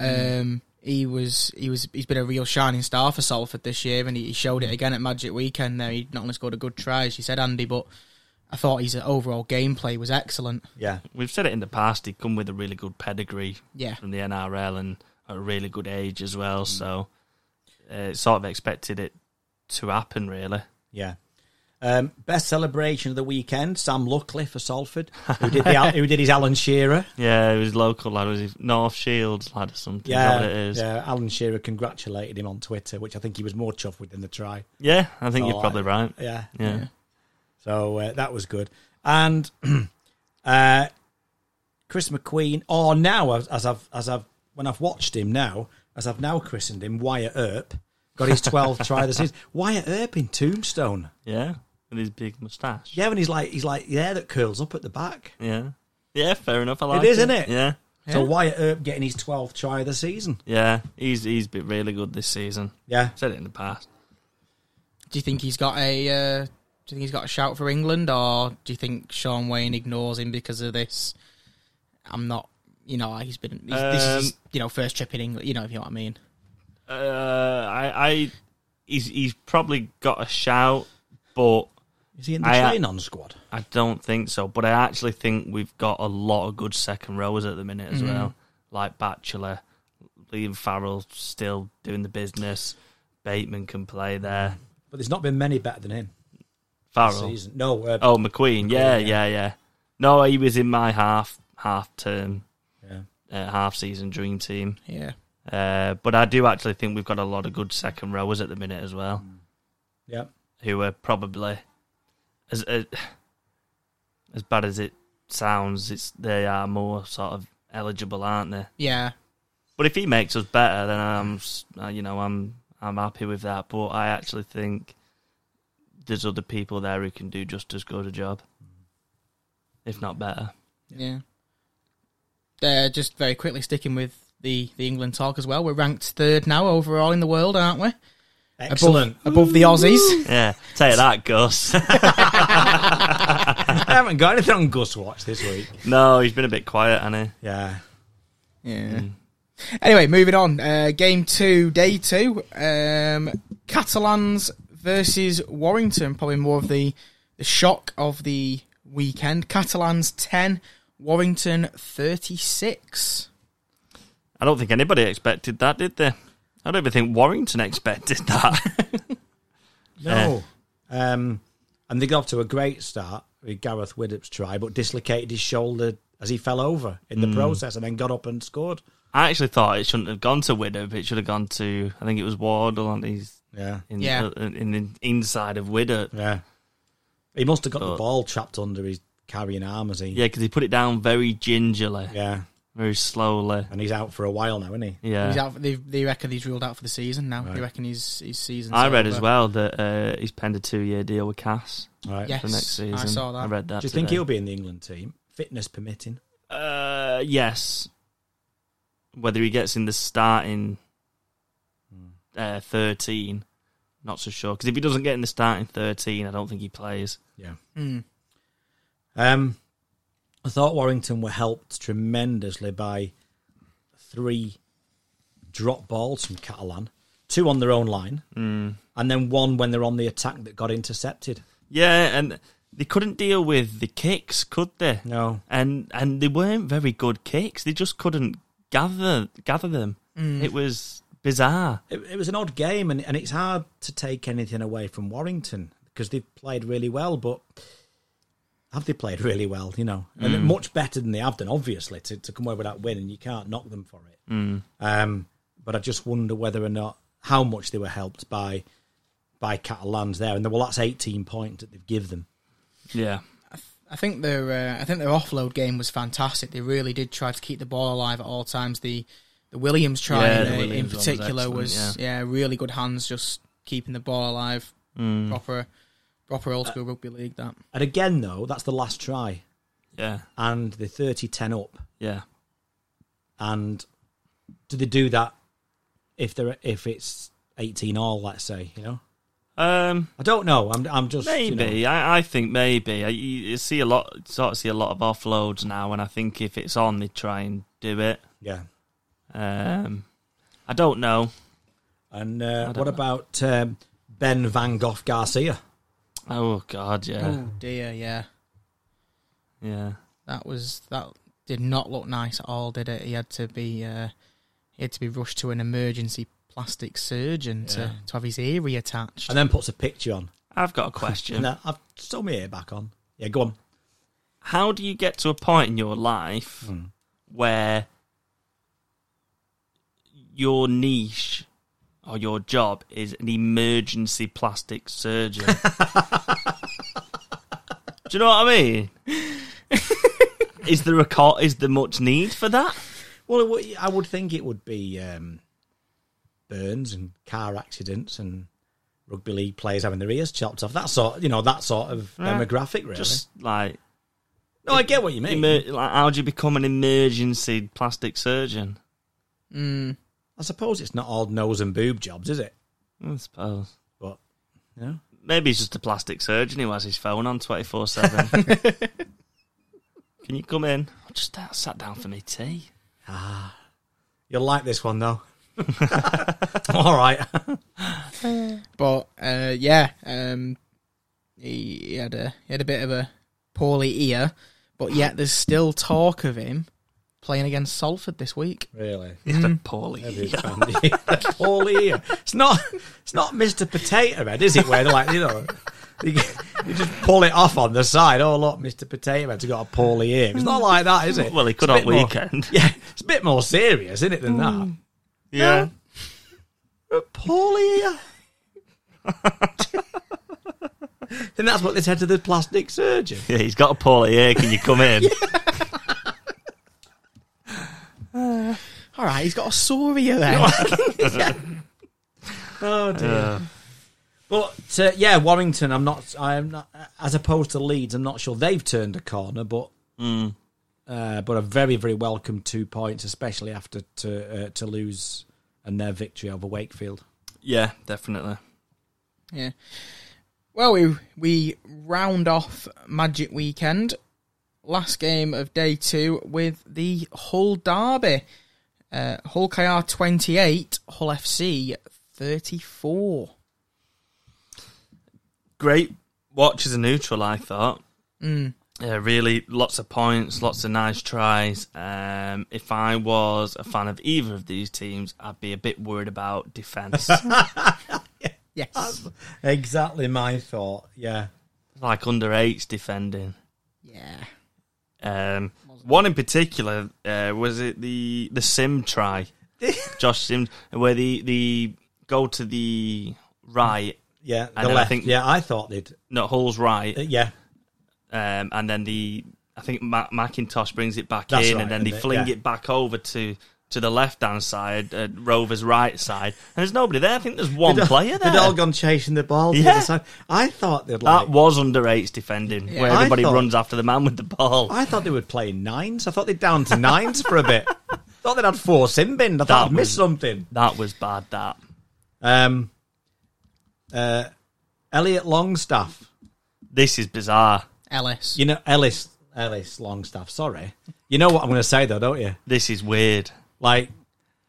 S3: um, he was he was he's been a real shining star for Salford this year, and he, he showed it again at Magic Weekend. There, he not only scored a good try, as you said, Andy, but I thought his overall gameplay was excellent.
S2: yeah,
S1: we've said it in the past. He come with a really good pedigree,
S3: Yeah.
S1: from the NRL and at a really good age as
S2: Mm.
S1: well. So, uh, sort of expected it to happen, really.
S2: Yeah. Um, best celebration of the weekend, Sam Luckley for Salford, who did the, who did his Alan Shearer.
S1: Yeah, it was local lad. Was he North Shields lad or something? Is that
S2: Yeah,
S1: what it is. Yeah,
S2: yeah. Alan Shearer congratulated him on Twitter, which I think he was more chuffed with than the try.
S1: I think
S2: Oh,
S1: you're probably
S2: I-
S1: right.
S2: Yeah,
S1: Yeah.
S2: so uh, that was good. And <clears throat> uh, Chris McQueen, or now as, as I've as I've when I've watched him now, as I've now christened him, Wyatt Earp got his twelfth try this
S1: <laughs>
S2: season. Wyatt Earp in Tombstone,
S1: yeah, with his big moustache.
S2: yeah, and he's like he's like yeah, that curls up at the back.
S1: yeah, yeah. Fair enough. I like
S2: is, isn't it?
S1: Yeah,
S2: So
S3: Yeah.
S2: Wyatt Earp getting his twelfth try of the season.
S1: yeah. He's he's been really good this season.
S2: Yeah.
S1: Said it in the past.
S3: Do you think he's got a uh, Do you think he's got a shout for England, or do you think Sean Wayne ignores him because of this? I'm not. You know, he's been. He's, this is his,
S1: Um,
S3: you know first trip in England. You know if you know what I mean.
S1: Uh, I I he's he's probably got a shout, but
S2: Is he in the
S1: I, uh,
S2: train on squad?
S1: I don't think so, but I actually think we've got a lot of good second rowers at the minute as
S2: Mm.
S1: well, like Bachelor, Liam Farrell still doing the business, Bateman can play there,
S2: But there's not been many better than him Mm. this
S1: Farrell.
S2: season. No, uh,
S1: Oh, McQueen, yeah,
S2: McQueen,
S1: yeah, yeah. No, he was in my half half term,
S2: yeah.
S1: uh, half season dream team.
S3: Yeah.
S1: Uh, but I do actually think we've got a lot of good second rowers at the minute as well,
S2: yeah,
S1: who are probably as as, as bad as it sounds, it's they are more sort of eligible, aren't they?
S3: Yeah.
S1: But if he makes us better, then I'm, s- uh, you know, I'm I'm happy with that. But I actually think there's other people there who can do just as good a job, if not better.
S3: Yeah. Uh, just very quickly sticking with the, the England talk as well. We're ranked third now overall in the world, aren't we?
S2: Excellent.
S3: Above, above the Aussies.
S1: Yeah, take that, Gus.
S2: <laughs>
S1: <laughs>
S2: I haven't got anything on Gus Watch this week.
S1: no, he's been a bit quiet, hasn't he?
S2: Yeah.
S3: Yeah.
S1: Mm.
S3: Anyway, moving on. Uh, game two, day two. Um, Catalans versus Warrington. Probably more of the, the shock of the weekend. Catalans 10, Warrington 36.
S1: I don't think anybody expected that, did they? I don't even think Warrington expected that.
S2: No. um, and they got off to a great start with Gareth Widdop's try, but dislocated his shoulder as he fell over in the process and then got up and scored.
S1: I actually thought it shouldn't have gone to Widow. It should have gone to I think it was Wardle on his
S2: Yeah.
S1: in,
S3: Yeah.
S1: uh, in the inside of Widow.
S2: Yeah. He must have got the
S1: But-
S2: ball trapped under his carrying arm as he.
S1: Yeah, because he put it down very gingerly,
S2: Yeah.
S1: very slowly.
S2: And he's out for a while now, isn't he?
S1: Yeah,
S3: He's out. They, they reckon he's ruled out for the season now. They reckon he's his season.
S1: I read as well that uh, he's penned a two-year deal with Cass
S2: Right.
S3: Yeah.
S1: for next
S3: Yes,
S1: season.
S3: I saw that.
S1: I read that.
S2: Do you think
S1: today.
S2: he'll be in the England team, fitness permitting?
S1: Uh, yes. Whether he gets in the starting
S3: Hmm.
S1: uh, thirteen, not so sure. Because if he doesn't get in the starting thirteen, I don't think he plays.
S2: Yeah.
S3: Hmm.
S2: Um, I thought Warrington were helped tremendously by three drop balls from Catalan, two on their own line, and then one when they're on the attack that got intercepted.
S1: Yeah, and they couldn't deal with the kicks, could they?
S2: No.
S1: and and they weren't very good kicks. They just couldn't gather gather them.
S2: Mm.
S1: It was bizarre.
S2: It, it was an odd game, and, and it's hard to take anything away from Warrington because they've played really well, but have they played really well? You know, and much better than they have done, obviously, to, to come away with that win, and you can't knock them for it. Um, but I just wonder whether or not how much they were helped by by Catalans there, and well, that's eighteen points that they've give them.
S1: Yeah,
S3: I think their uh, I think their offload game was fantastic. They really did try to keep the ball alive at all times. The the Williams try uh,
S1: Yeah,
S3: in-
S1: the
S3: in,
S1: Williams one was
S3: particular
S1: excellent,
S3: was, yeah. really good hands, just keeping the ball alive.
S1: Mm.
S3: Proper proper old school rugby league. That
S2: And again, though, that's the last try,
S1: yeah,
S2: and the 30-10 up.
S1: yeah.
S2: and do they do that if they're if it's 18 all let's say you know
S1: Um,
S2: i don't know i'm, I'm just you
S1: maybe
S2: know,
S1: I, I think maybe I, you you see a lot, sort of see a lot of offloads now, and I think if it's on, they try and do it.
S2: yeah
S1: Um, I don't know.
S2: and uh,
S1: don't
S2: what
S1: know.
S2: about um, ben van gogh garcia
S1: Oh God, yeah,
S2: Mm.
S3: oh dear, yeah,
S1: yeah.
S3: that was that did not look nice at all, did it? He had to be uh, he had to be rushed to an emergency plastic surgeon to, to have his ear reattached.
S2: and then puts a picture on
S1: I've got a question.
S2: and I- i've still my ear back on yeah go on
S1: How do you get to a point in your life where your niche or your job is an emergency plastic surgeon? do you know what I mean? is there a co- is there much need for that?
S2: well it would- i would think it would be um, burns and car accidents and rugby league players having their ears chopped off that sort you know that sort of
S1: Yeah.
S2: demographic really
S1: Just like,
S2: no i get what you mean
S1: emer- like, how do you become an emergency plastic surgeon?
S3: Mm.
S2: i suppose it's not all nose and boob jobs is it
S1: I suppose.
S2: But you know,
S1: Maybe he's just a plastic surgeon who has his phone on 24 <laughs> 7. Can you come in? I just uh, sat down for me tea.
S2: you'll like this
S1: <laughs>
S2: one though. <laughs> All right.
S3: But uh, yeah, um, he, he had a he had a bit of a poorly ear, but yet there's still talk of him playing against Salford this week.
S2: Really?
S1: He had a poorly.
S2: <laughs> All ear. It's not. It's not Mr. Potato Head, is it? Where they're like, you know, you, you just pull it off on the side. Oh look, Mr. Potato Head's got a poorly ear. It's not like that, is it?
S1: Well, he could
S2: It's
S1: on
S2: a bit more-
S1: weekend. <laughs>
S2: yeah, it's a bit more serious, isn't it, than
S3: Mm.
S2: that?
S1: Yeah.
S2: A poorly
S1: <laughs>
S2: ear. Then that's what they said to the plastic surgeon.
S1: Yeah, he's got a <laughs> poorly ear. Can you come in?
S3: All right, He's got a
S2: <laughs>
S3: Soria there. Yeah.
S2: Oh dear. but uh, yeah, Warrington. I'm not. I'm not. As opposed to Leeds, I'm not sure they've turned a corner, but
S1: Hmm.
S2: uh, but a very very welcome two points, especially after to uh, to lose and their victory over Wakefield.
S1: Yeah, definitely.
S3: Yeah. Well, we we round off Magic Weekend, last game of day two with the Hull Derby. Uh, Hull KR twenty eight, Hull FC thirty four.
S1: great watch as a neutral, I thought. Yeah, really, lots of points, lots of nice tries. Um, if I was a fan of either of these teams, I'd be a bit worried about <laughs> defence.
S3: Yes.
S2: Exactly my thought. Yeah.
S1: like under eights defending.
S3: Yeah.
S1: Um, one in particular uh, was it the the Sim
S2: <laughs>
S1: try, Josh Sim, where the the goal to the right,
S2: Yeah, the
S1: And then I
S2: left.
S1: think-
S2: yeah, I thought they'd.
S1: not Hull's right,
S2: uh, yeah,
S1: um, and then the I think Ma- Macintosh brings it back
S2: That's
S1: in,
S2: right,
S1: and then they
S2: isn't it?
S1: fling
S2: Yeah.
S1: it back over to to the left hand side, uh, Rover's right side, and there's nobody there. I think there's one player there.
S2: They'd all gone chasing the ball. to the
S1: Yeah.
S2: other side. I thought they'd
S1: that
S2: like.
S1: was under eights defending, where
S2: I
S1: everybody
S2: thought-
S1: runs after the man with the ball.
S2: I thought they would play nines. I thought they'd down to nines for
S1: <laughs>
S2: a bit. thought they'd had four sin bins. I thought
S1: That
S2: I'd missed
S1: was-
S2: something.
S1: that was bad. That
S2: Um, uh, Elliot Longstaff.
S1: this is bizarre.
S3: Ellis.
S2: You know Ellis Ellis Longstaff. Sorry. You know what I'm going to say though, don't you?
S1: This is weird.
S2: Like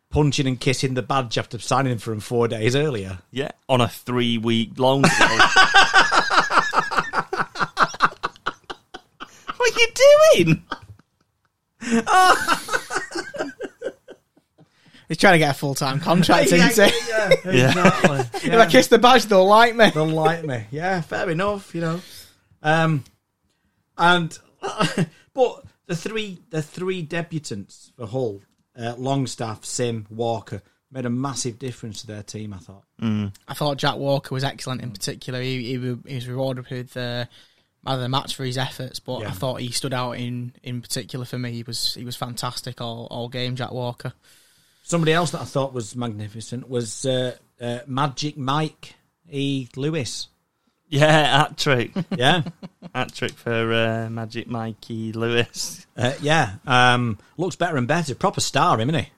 S2: punching and kissing the badge after signing him for him four days earlier.
S1: Yeah, on a three week loan. <laughs> deal. what are you doing?
S3: He's trying to get a full time contract, isn't he?
S2: <laughs> yeah,
S1: <laughs> Yeah.
S2: <laughs> exactly.
S3: If I kiss the badge, they'll like me.
S2: They'll like me. Yeah, fair enough. You know, um, and <laughs> but the three the three debutants for Hull, uh, Longstaff, Sim, Walker made a massive difference to their team. I thought.
S3: <laughs> I thought Jack Walker was excellent in particular. He, he, wa- he was rewarded with uh, man of the match for his efforts, but
S2: Yeah.
S3: I thought he stood out in, in particular for me. He was he was fantastic all, all game, Jack Walker.
S2: Somebody else that I thought was magnificent was uh, uh, Magic Mike E. Lewis.
S1: Yeah, hat trick.
S2: <laughs> Yeah,
S1: hat trick for uh, Magic Mikey Lewis.
S2: uh, yeah. Um, looks better and better. Proper star, isn't he?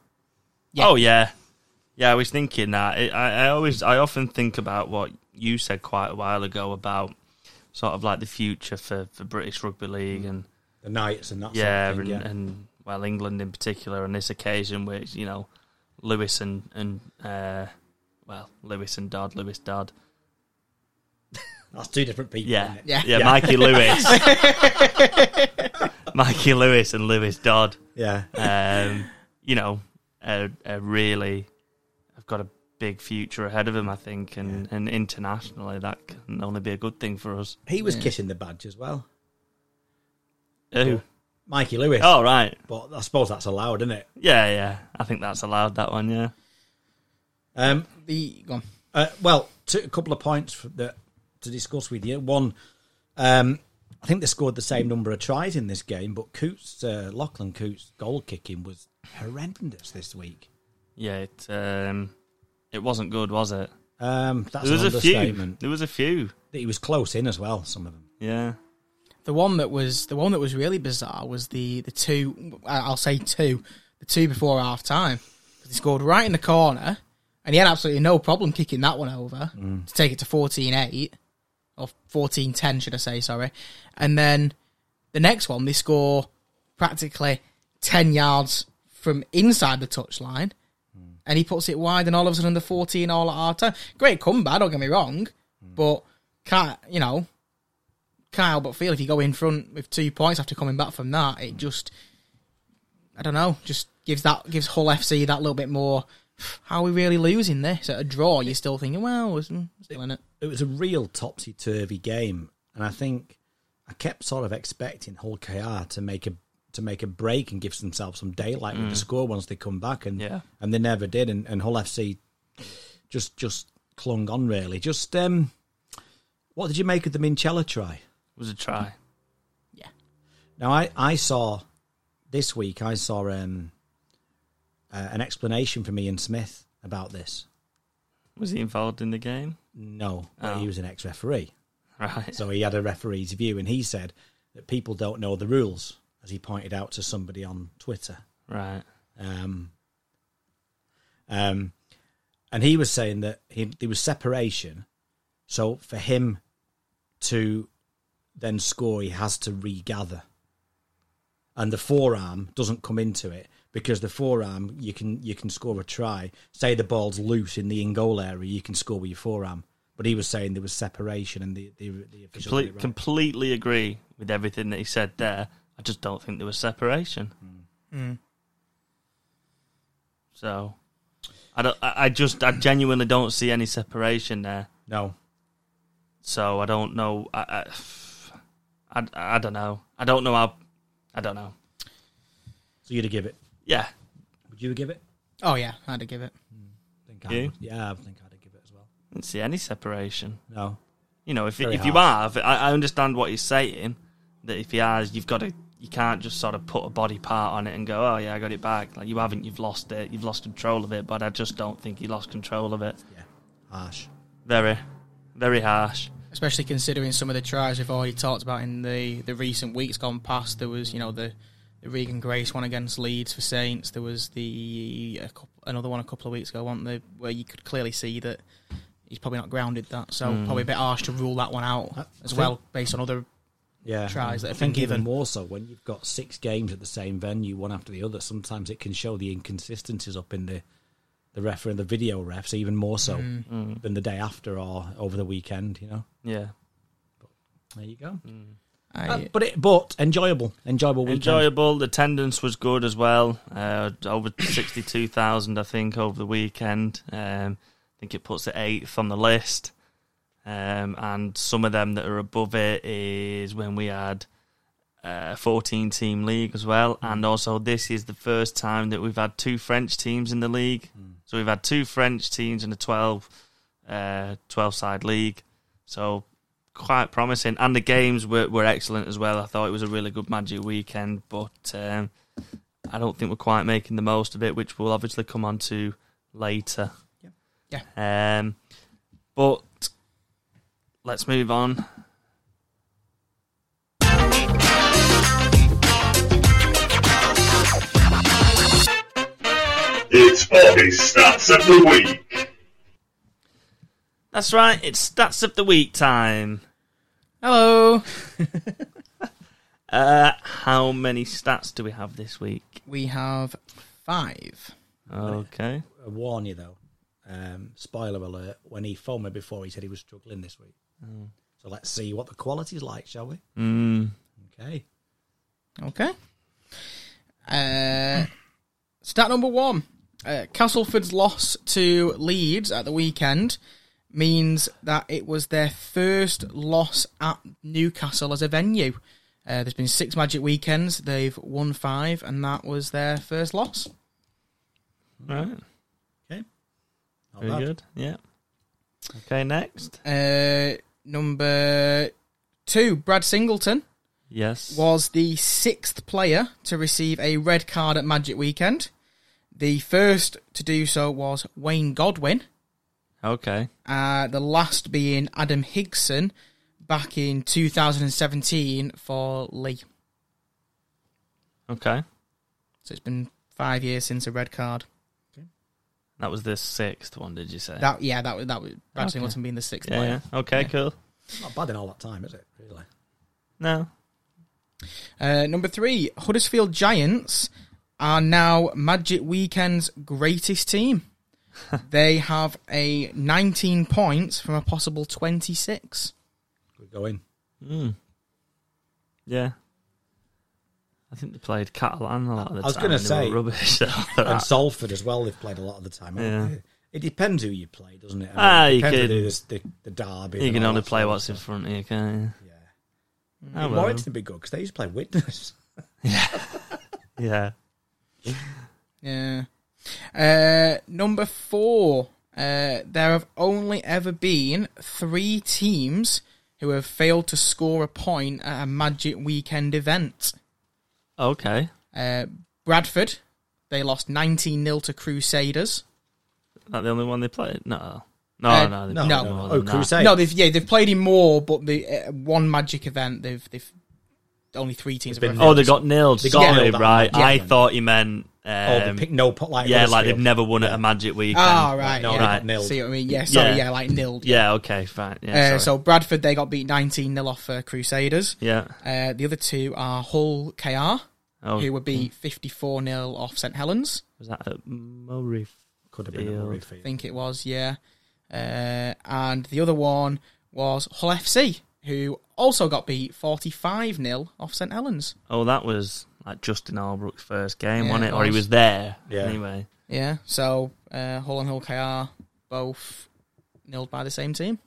S3: Yeah.
S1: Oh yeah, yeah. I was thinking that. It, I, I always, I often think about what you said quite a while ago about sort of like the future for, for British rugby league and
S2: The Knights and that. sort of
S1: yeah,
S2: thing,
S1: and, and well England in particular on this occasion, which you know Lewis and and uh, well Lewis and Dodd, Lewis Dodd.
S2: That's two different people.
S1: Yeah,
S2: isn't it?
S1: yeah,
S3: Yeah.
S1: Mikey Lewis, <laughs> Mikey Lewis, and Lewis Dodd.
S2: yeah.
S1: um, you know, a, a really, I've got a big future ahead of him, I think, and, and internationally that can only be a good thing for us.
S2: He was kissing the badge as well.
S1: Who?
S2: Mikey Lewis.
S1: Oh, right.
S2: But I suppose that's allowed, isn't it?
S1: Yeah, yeah. I think that's allowed, that one, yeah.
S2: Um,
S3: The go on.
S2: uh, well, two, a couple of points for the, to discuss with you. One, um, I think they scored the same number of tries in this game, but Coots, uh, Lachlan Coots' goal kicking was horrendous this week.
S1: Yeah, it, um, it wasn't good, was it?
S2: Um, that's
S1: There was
S2: an
S1: a few.
S2: understatement.
S1: There was a few.
S2: He was close in as well. Some of them.
S1: Yeah.
S3: The one that was the one that was really bizarre was the the two I- I'll say two the two before half time because he scored right in the corner and he had absolutely no problem kicking that one over to take it to 14-8 or 14-10 should I say sorry and then the next one they score practically 10 yards from inside the touchline and he puts it wide and all of a sudden the 14 all at half time great comeback don't get me wrong but can't you know can't help but feel if you go in front with two points after coming back from that, it just I don't know, just gives that gives Hull FC that little bit more. How are we really losing this at a draw? You're still thinking, well, we're still in it.
S2: it was a real topsy turvy game, and I think I kept sort of expecting Hull KR to make a to make a break and give themselves some daylight with the score once they come back, and
S1: Mm. Yeah.
S2: and they never did, and, and Hull FC just just clung on really. Just um, what did you make of the Minchella try?
S1: It was a try.
S2: Now I I saw this week I saw um uh, an explanation from Ian Smith about this.
S1: Was he involved in the game? <laughs>
S2: No, but
S1: Oh.
S2: he was an ex referee.
S1: Right.
S2: So he had a referee's view, and he said that people don't know the rules, as he pointed out to somebody on Twitter.
S1: Right.
S2: Um, um, and he was saying that he, there was separation, so for him to then score, he has to regather, and the forearm doesn't come into it because the forearm you can you can score a try. Say the ball's loose in the in goal area, you can score with your forearm. But he was saying there was separation, and the the, the official got
S1: Comple-
S2: it right.
S1: Completely agree with everything that he said there. I just don't think there was separation.
S2: Hmm.
S1: So, I don't. I, I just. I genuinely don't see any separation there.
S2: no.
S1: So I don't know. I. I, <sighs> I, I don't know. I don't know how. I don't know.
S2: So you'd give it?
S1: Yeah.
S2: Would you give it?
S3: Oh yeah, I had to give it.
S2: I think I
S1: You?
S2: would. Yeah, I think I'd give it as well.
S1: I didn't see any separation.
S2: No.
S1: You know, if
S2: Very
S1: if you have, I, I understand what he's saying. That if he has, you've got to, you can't just sort of put a body part on it and go, oh yeah, I got it back. Like you haven't, you've lost it, you've lost control of it. But I just don't think he lost control of it.
S2: Yeah. Harsh.
S1: Very, very harsh.
S3: especially considering some of the tries we've already talked about in the, the recent weeks gone past. There was, you know, the, the Regan Grace one against Leeds for Saints. There was the a coup another one a couple of weeks ago, wasn't there, where you could clearly see that he's probably not grounded that. So probably a bit harsh to rule that one out
S2: I
S3: as
S2: think-
S3: well, based on other.
S2: yeah,
S3: tries that
S2: I
S3: have
S2: think
S3: been
S2: even
S3: given.
S2: more so when you've got six games at the same venue, one after the other. Sometimes it can show the inconsistencies up in the the referee and the video refs even more so
S3: Mm.
S2: than the day after or over the weekend. You know,
S1: Mm, Yeah, Mm.
S2: there you go.
S3: I,
S2: Uh, but it but enjoyable, enjoyable weekend.
S1: enjoyable. The attendance was good as well. Uh, over sixty-two thousand, I think, over the weekend. Um, I think it puts it eighth on the list. Um, and some of them that are above it is when we had uh, fourteen-team league as well. And also, this is the first time that we've had two French teams in the league. So we've had two French teams in the 12, uh, 12 side league. So quite promising. And the games were, were excellent as well. I thought it was a really good Magic weekend, but um, I don't think we're quite making the most of it, which we'll obviously come on to later.
S3: Yeah.
S1: Yeah. Um, but let's move on.
S5: It's Bobby's Stats of the Week.
S1: That's right, it's stats of the week time.
S3: hello,
S1: Uh, how many stats do we have this week?
S3: we have five.
S1: Okay.
S2: I warn you though, um, spoiler alert. When he phoned me before, he said he was struggling this week.
S3: Mm.
S2: So let's see what the quality's like, shall we?
S1: Mm.
S2: Okay.
S3: Okay. Uh, stat number one uh, Castleford's loss to Leeds at the weekend means that it was their first loss at Newcastle as a venue. Uh, there's been six Magic weekends. They've won five, and that was their first loss.
S1: Right.
S2: Not
S1: Very
S2: bad.
S1: good. Yeah. Okay, next.
S3: Uh, number two, Brad Singleton
S1: Yes.
S3: was the sixth player to receive a red card at Magic Weekend. The first to do so was Wayne Godwin,
S1: Okay.
S3: uh, the last being Adam Higson back in 2017 for Lee.
S1: Okay.
S3: So it's been five years since a red card.
S1: That was the sixth one, did you say?
S3: That yeah, that was that was Brad
S1: Okay.
S3: Singleton being the sixth
S1: yeah,
S3: player.
S1: yeah. Okay, cool.
S2: Not bad in all that time, is it? Really.
S1: No.
S3: Uh, number three, Huddersfield Giants are now Magic Weekend's greatest team. they have a 19 points from a possible 26.
S2: Good going.
S1: Yeah. I think they played Catalan a lot of the
S2: I was
S1: time.
S2: gonna
S1: and they were
S2: say-
S1: rubbish. <laughs> after
S2: and
S1: that.
S2: Salford as well. They've played a lot of the time. haven't
S1: Ah. Yeah.
S2: they? It depends who you play, doesn't it?
S1: Ah, you
S2: it depends
S1: could-
S2: whether there's the, the derby.
S1: you
S2: and
S1: can
S2: all
S1: only
S2: that
S1: play
S2: sort of
S1: what's in
S2: stuff.
S1: front of you, can't
S2: Yeah,
S1: you? Oh, well.
S2: Warrington would be good because they used to play witness.
S1: Yeah.
S3: Yeah. Uh, number four. Uh, there have only ever been three teams who have failed to score a point at a Magic Weekend event.
S1: Okay.
S3: Uh, Bradford, They lost 19 0 to Crusaders.
S1: that the only one they played? No. No,
S3: Uh,
S1: no, they
S2: No,
S1: played
S3: no.
S1: more
S2: Oh,
S1: than that.
S2: Crusade.
S3: No, they've yeah they've played in more, but the uh, one Magic event they've they've only three teams.
S2: It's
S3: have
S2: been-
S1: Oh, they got nailed.
S2: They got
S1: Sorry,
S2: nailed at
S1: right.
S2: Magic.
S1: I
S2: Yeah.
S1: thought he meant. Um,
S2: oh, they picked no pot like
S1: yeah, like they've
S2: Huddersfield.
S1: never won at a Magic Weekend.
S3: Oh, right,
S2: No,
S3: yeah.
S2: they
S1: Right.
S2: got nilled.
S3: See what I mean? Yeah, sorry, yeah,
S1: Yeah.
S3: like nilled.
S1: Yeah, okay, fine. Yeah,
S3: Uh,
S1: sorry.
S3: so Bradford they got beat 19 0 off uh, Crusaders.
S1: yeah.
S3: Uh, the other two are Hull KR,
S1: Oh,
S3: who were beat
S2: Mm-hmm.
S3: 54 0 off St Helens.
S1: was that at Murray?
S2: Could have been a
S1: Field.
S2: Murray
S3: I
S2: Field.
S3: think it was, yeah. Uh, and the other one was Hull FC, who also got beat 45 0 off St Helens.
S1: Oh, that was like Justin Albrook's first game,
S3: Yeah,
S1: wasn't it?
S3: it
S1: Or he
S3: was.
S1: was there.
S2: Yeah.
S1: Anyway.
S3: Yeah, so uh, Hull and Hull KR both nilled by the same team.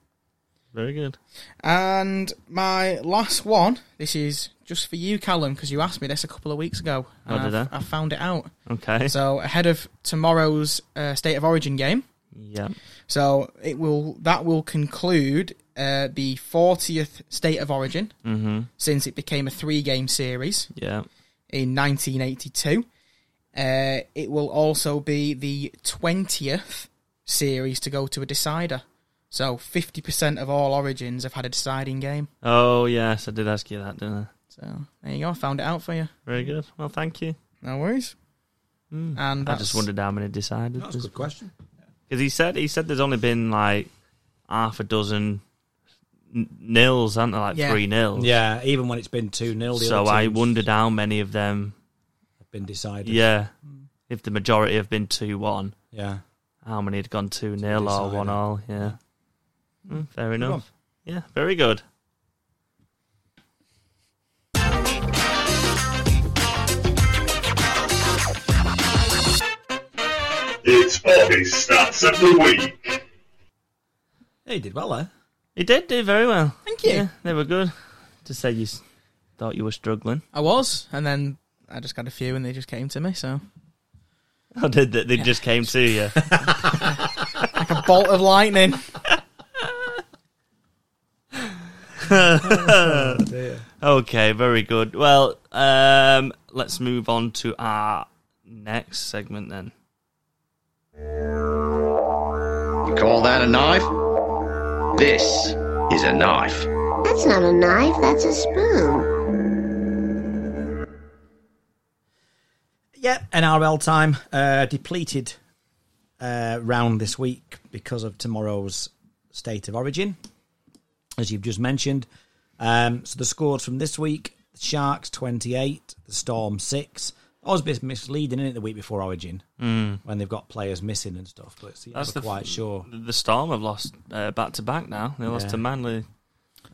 S1: Very good.
S3: And my last one, this is just for you, Callum, because you asked me this a couple of weeks ago.
S1: Oh,
S3: and
S1: did
S3: I've-
S1: I?
S3: I found
S1: <laughs>
S3: it out.
S1: Okay.
S3: So ahead of tomorrow's uh, State of Origin game,
S1: yeah.
S3: so it will that will conclude uh, the 40th State of Origin
S1: Mm-hmm.
S3: since it became a three-game series
S1: Yeah.
S3: in 1982. Uh, it will also be the 20th series to go to a decider. So 50% of all Origins have had a deciding game.
S1: Oh, yes, I did ask you that, didn't I?
S3: So there you go. I found it out for you.
S1: Very good. Well, thank you.
S3: No worries.
S1: Mm.
S3: And
S1: I
S3: that's,
S1: just wondered how many decided.
S2: That's a good question.
S1: Because he said he said there's only been like half a dozen n- nils, aren't there? Like
S3: Yeah.
S1: three nils.
S2: Yeah, even when it's been 2 0, the
S1: So
S2: other
S1: I
S2: teams
S1: wondered how many of them.
S2: have been decided.
S1: Yeah.
S3: Hmm.
S1: If the majority have been two one,
S2: Yeah.
S1: how many had gone two nil or
S2: decided.
S1: one all? Yeah. Mm, fair enough.
S2: one.
S1: Yeah. Very good.
S5: It's Bobby's Stats of the Week.
S2: Yeah, you did well there.
S1: He did do very well.
S3: Thank you.
S1: Yeah, they were good. To say you s- thought you were struggling. <laughs>
S3: I was, and then I just got a few, and they just came to me. So
S1: I did that. They just came to <laughs> you.
S3: a bolt of lightning.
S1: Okay, very good. Well, um, let's move on to our next segment then.
S6: You call that a knife? This is a knife.
S7: That's not a knife, that's a spoon.
S2: Yep, NRL time. Uh, depleted uh, round this week because of tomorrow's State of Origin, as you've just mentioned. Um, so the scores from this week the Sharks 28, the Storm 6. Always a bit misleading, isn't it, the week before Origin when they've got players missing and stuff, but it's, you're
S1: Mm. That's
S2: never
S1: the
S2: quite
S1: f-
S2: sure.
S1: The Storm have lost uh, back to back now. They lost
S2: Yeah.
S1: to Manly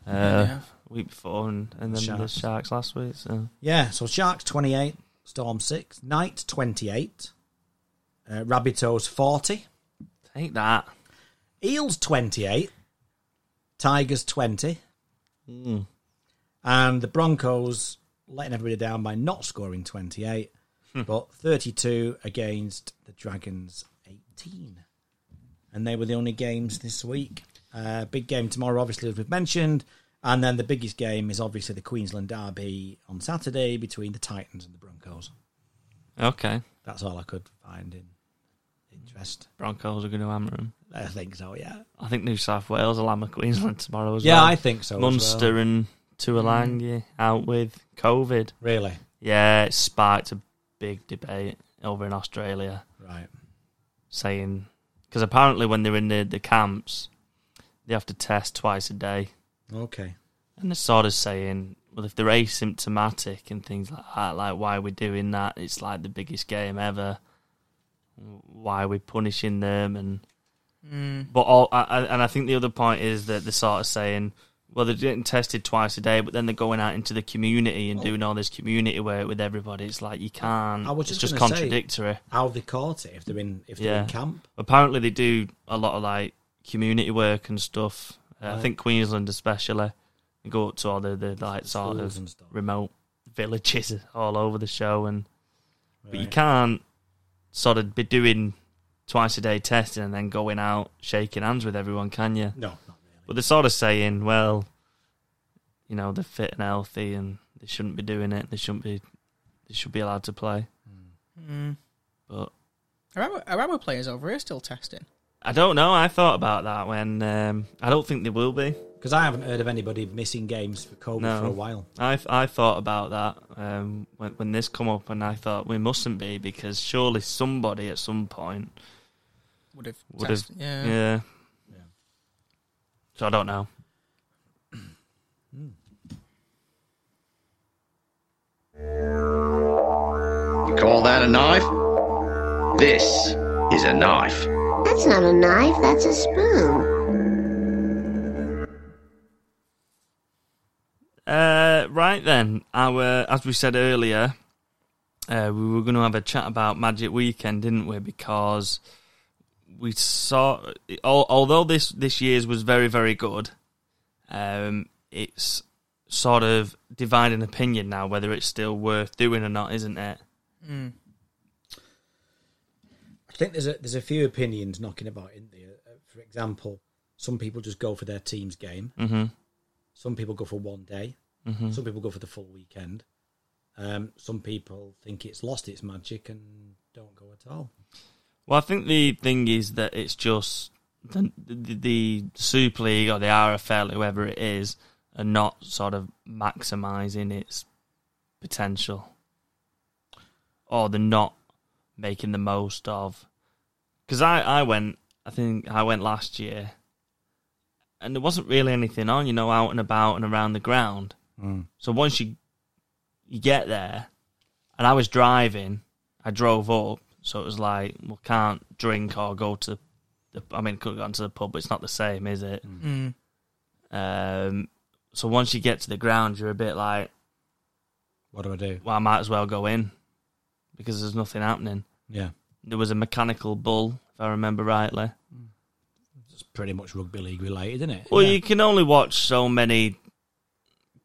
S1: uh,
S3: have.
S1: week before, and, and then
S2: Sharks.
S1: the Sharks last week. So
S2: Yeah, so Sharks 28, Storm 6, Knight 28, uh, Rabbitohs 40,
S1: take that.
S2: Eels 28, Tigers 20, and the Broncos letting everybody down by not scoring 28,
S1: Hmm.
S2: but 32 against the Dragons 18. And they were the only games this week. Uh, big game tomorrow, obviously, as we've mentioned. And then the biggest game is obviously the Queensland Derby on Saturday between the Titans and the Broncos.
S1: Okay,
S2: That's all I could find in interest.
S1: Broncos are going to hammer them.
S2: I think so, yeah.
S1: I think New South Wales will hammer Queensland tomorrow as
S2: Yeah,
S1: well.
S2: I think so. as well. Mm.
S1: Munster and Tuolangi out with COVID.
S2: Really?
S1: Yeah, it sparked a big debate over in Australia.
S2: Right.
S1: saying because apparently when they're in the, the camps, they have to test twice a day,
S2: Okay.
S1: and they're sort of saying, well, if they're asymptomatic and things like that, like why are we doing that? It's like the biggest game ever. Why are we punishing them? And
S2: Mm.
S1: but all, I, I- and I think the other point is that they're sort of saying. Well, they're getting tested twice a day, but then they're going out into the community and doing all this community work with everybody. It's like you can't.
S2: I was
S1: it's
S2: just
S1: just
S2: gonna say-
S1: contradictory.
S2: How they caught it if they're in if they're
S1: Yeah.
S2: in camp?
S1: apparently they do a lot of like community work and stuff. Uh, I
S2: Right.
S1: think Queensland especially. They go up to all the, the like sort
S2: schools
S1: of
S2: and stuff.
S1: remote villages all over the show and but you
S2: Right.
S1: can't sort of be doing twice a day testing and then going out shaking hands with everyone, can you?
S2: No, not really.
S1: But they're sort of saying, well, you know, they're fit and healthy and they shouldn't be doing it. They shouldn't be they should be allowed to play.
S3: Mm.
S1: But
S3: Are our, are our players over here still testing?
S1: I don't know. I thought about that when um, I don't think they will be.
S2: Because I haven't heard of anybody missing games for COVID
S1: No.
S2: for a while.
S1: I I thought about that um, when when this come up, and I thought we mustn't be because surely somebody at some point
S3: Would have.
S1: would have.
S3: tested. Yeah.
S1: So I don't know.
S6: You call that a knife? This is a knife.
S7: That's not a knife, that's a spoon.
S1: Uh, right then, our as we said earlier, uh, we were going to have a chat about Magic Weekend, didn't we? Because we saw, al- although this this year's was very very good, um, it's sort of dividing opinion now whether it's still worth doing or not, isn't it?
S2: I think there's a there's a few opinions knocking about in there. Uh, For example, some people just go for their team's game. Mm-hmm. Some people go for one day.
S1: Mm-hmm.
S2: Some people go for the full weekend. Um, some people think it's lost its magic and don't go at all.
S1: Well, I think the thing is that it's just the, the, the Super League or the RFL, whoever it is, are not sort of maximising its potential, or they're not making the most of. Because I, I went, I think I went last year, and there wasn't really anything on, you know, out and about and around the ground. So once you you get there, and I was driving, I drove up, so it was like, well, can't drink or go to the. I mean, could have gone to the pub, but it's not the same, is it? Um, so once you get to the ground, you're a bit like,
S2: What do I do?
S1: well, I might as well go in because there's nothing happening.
S2: Yeah,
S1: There was a mechanical bull, if I remember rightly.
S2: it's pretty much rugby league related, isn't it?
S1: Well,
S2: Yeah.
S1: you can only watch so many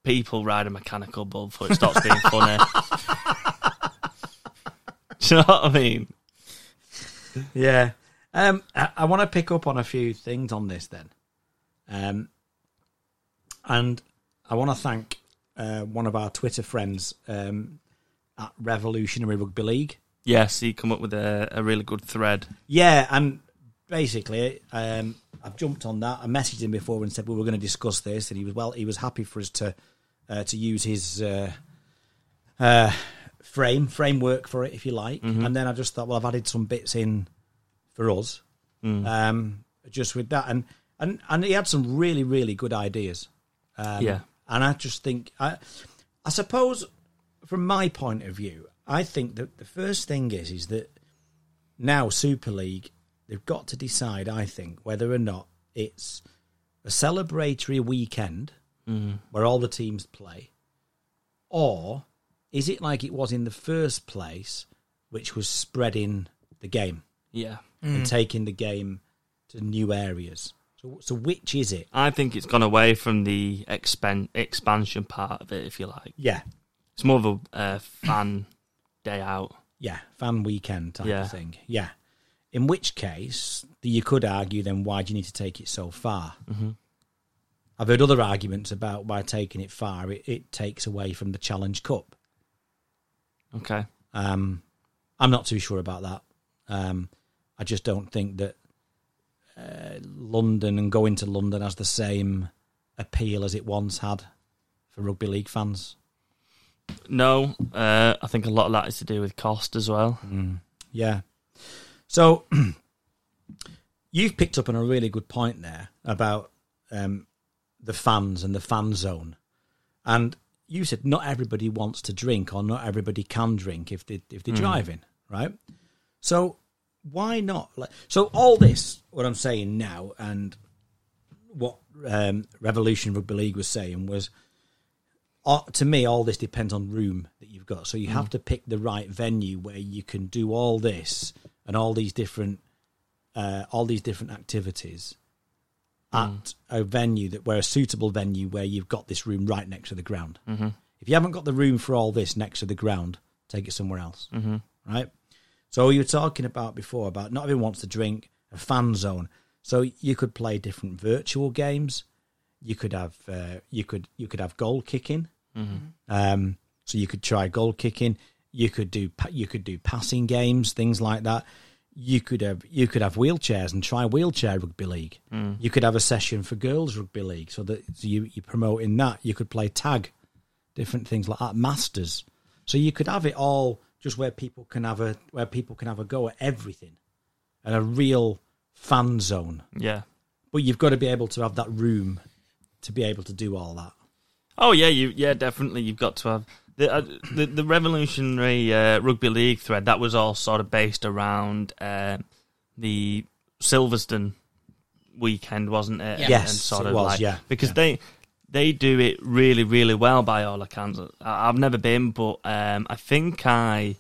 S1: people ride a mechanical bull before it stops being funny. <laughs> Do you know what I mean?
S2: yeah. Um, I, I want to pick up on a few things on this then. Um, and I want to thank uh, one of our Twitter friends um, at Revolutionary Rugby League.
S1: Yes, he come up with a, a really good thread.
S2: Yeah, and basically, um, I've jumped on that. I messaged him before and said we were going to discuss this, and he was well. He was happy for us to uh, to use his uh, uh, frame framework for it, if you like. And then I just thought, well, I've added some bits in for us, um, just with that, and and and he had some really really good ideas. Um,
S1: Yeah.
S2: and I just think I, I suppose from my point of view, I think that the first thing is is that now Super League, they've got to decide, I think, whether or not it's a celebratory weekend where all the teams play, or is it like it was in the first place, which was spreading the game
S1: Yeah.
S2: and taking the game to new areas? So, so which is it?
S1: I think it's gone away from the expen- expansion part of it, if you like.
S2: Yeah,
S1: It's more of a uh, fan day out.
S2: yeah, fan weekend type
S1: Yeah.
S2: of thing. Yeah. In which case, you could argue then why do you need to take it so far? Mm-hmm. I've heard other arguments about why taking it far it, it takes away from the Challenge Cup.
S1: Okay.
S2: Um, I'm not too sure about that. Um, I just don't think that uh, London and going to London has the same appeal as it once had for rugby league fans.
S1: No, uh, I think a lot of that is to do with cost as well.
S2: Yeah. So <clears throat> you've picked up on a really good point there about um, the fans and the fan zone, and you said not everybody wants to drink or not everybody can drink if they if they're driving, right? So why not? Like, so all this, what I'm saying now, and what um, Revolution Rugby League was saying was, uh, to me, all this depends on room that you've got. So you have to pick the right venue where you can do all this and all these different, uh, all these different activities at a venue that where a suitable venue where you've got this room right next to the ground. If you haven't got the room for all this next to the ground, take it somewhere else. Mm-hmm. Right. So you were talking about before about not everyone wants to drink a fan zone. So you could play different virtual games. You could have uh, you could you could have goal kicking. Um, so you could try goal kicking. You could do pa- you could do passing games, things like that. You could have you could have wheelchairs and try wheelchair rugby league. You could have a session for girls rugby league, so that so you you promoting that. You could play tag, different things like that, masters. So you could have it all just where people can have a where people can have a go at everything, and a real fan zone.
S1: Yeah.
S2: But you've got to be able to have that room to be able to do all that.
S1: Oh yeah, you yeah definitely. You've got to have the uh, the, the revolutionary uh, rugby league thread that was all sort of based around uh, the Silverstone weekend, wasn't it? And-
S2: Yes,
S1: and sort
S2: it
S1: of
S2: was,
S1: like-
S2: yeah,
S1: because
S2: yeah.
S1: they they do it really really well by all accounts. I, I've never been, but um, I think I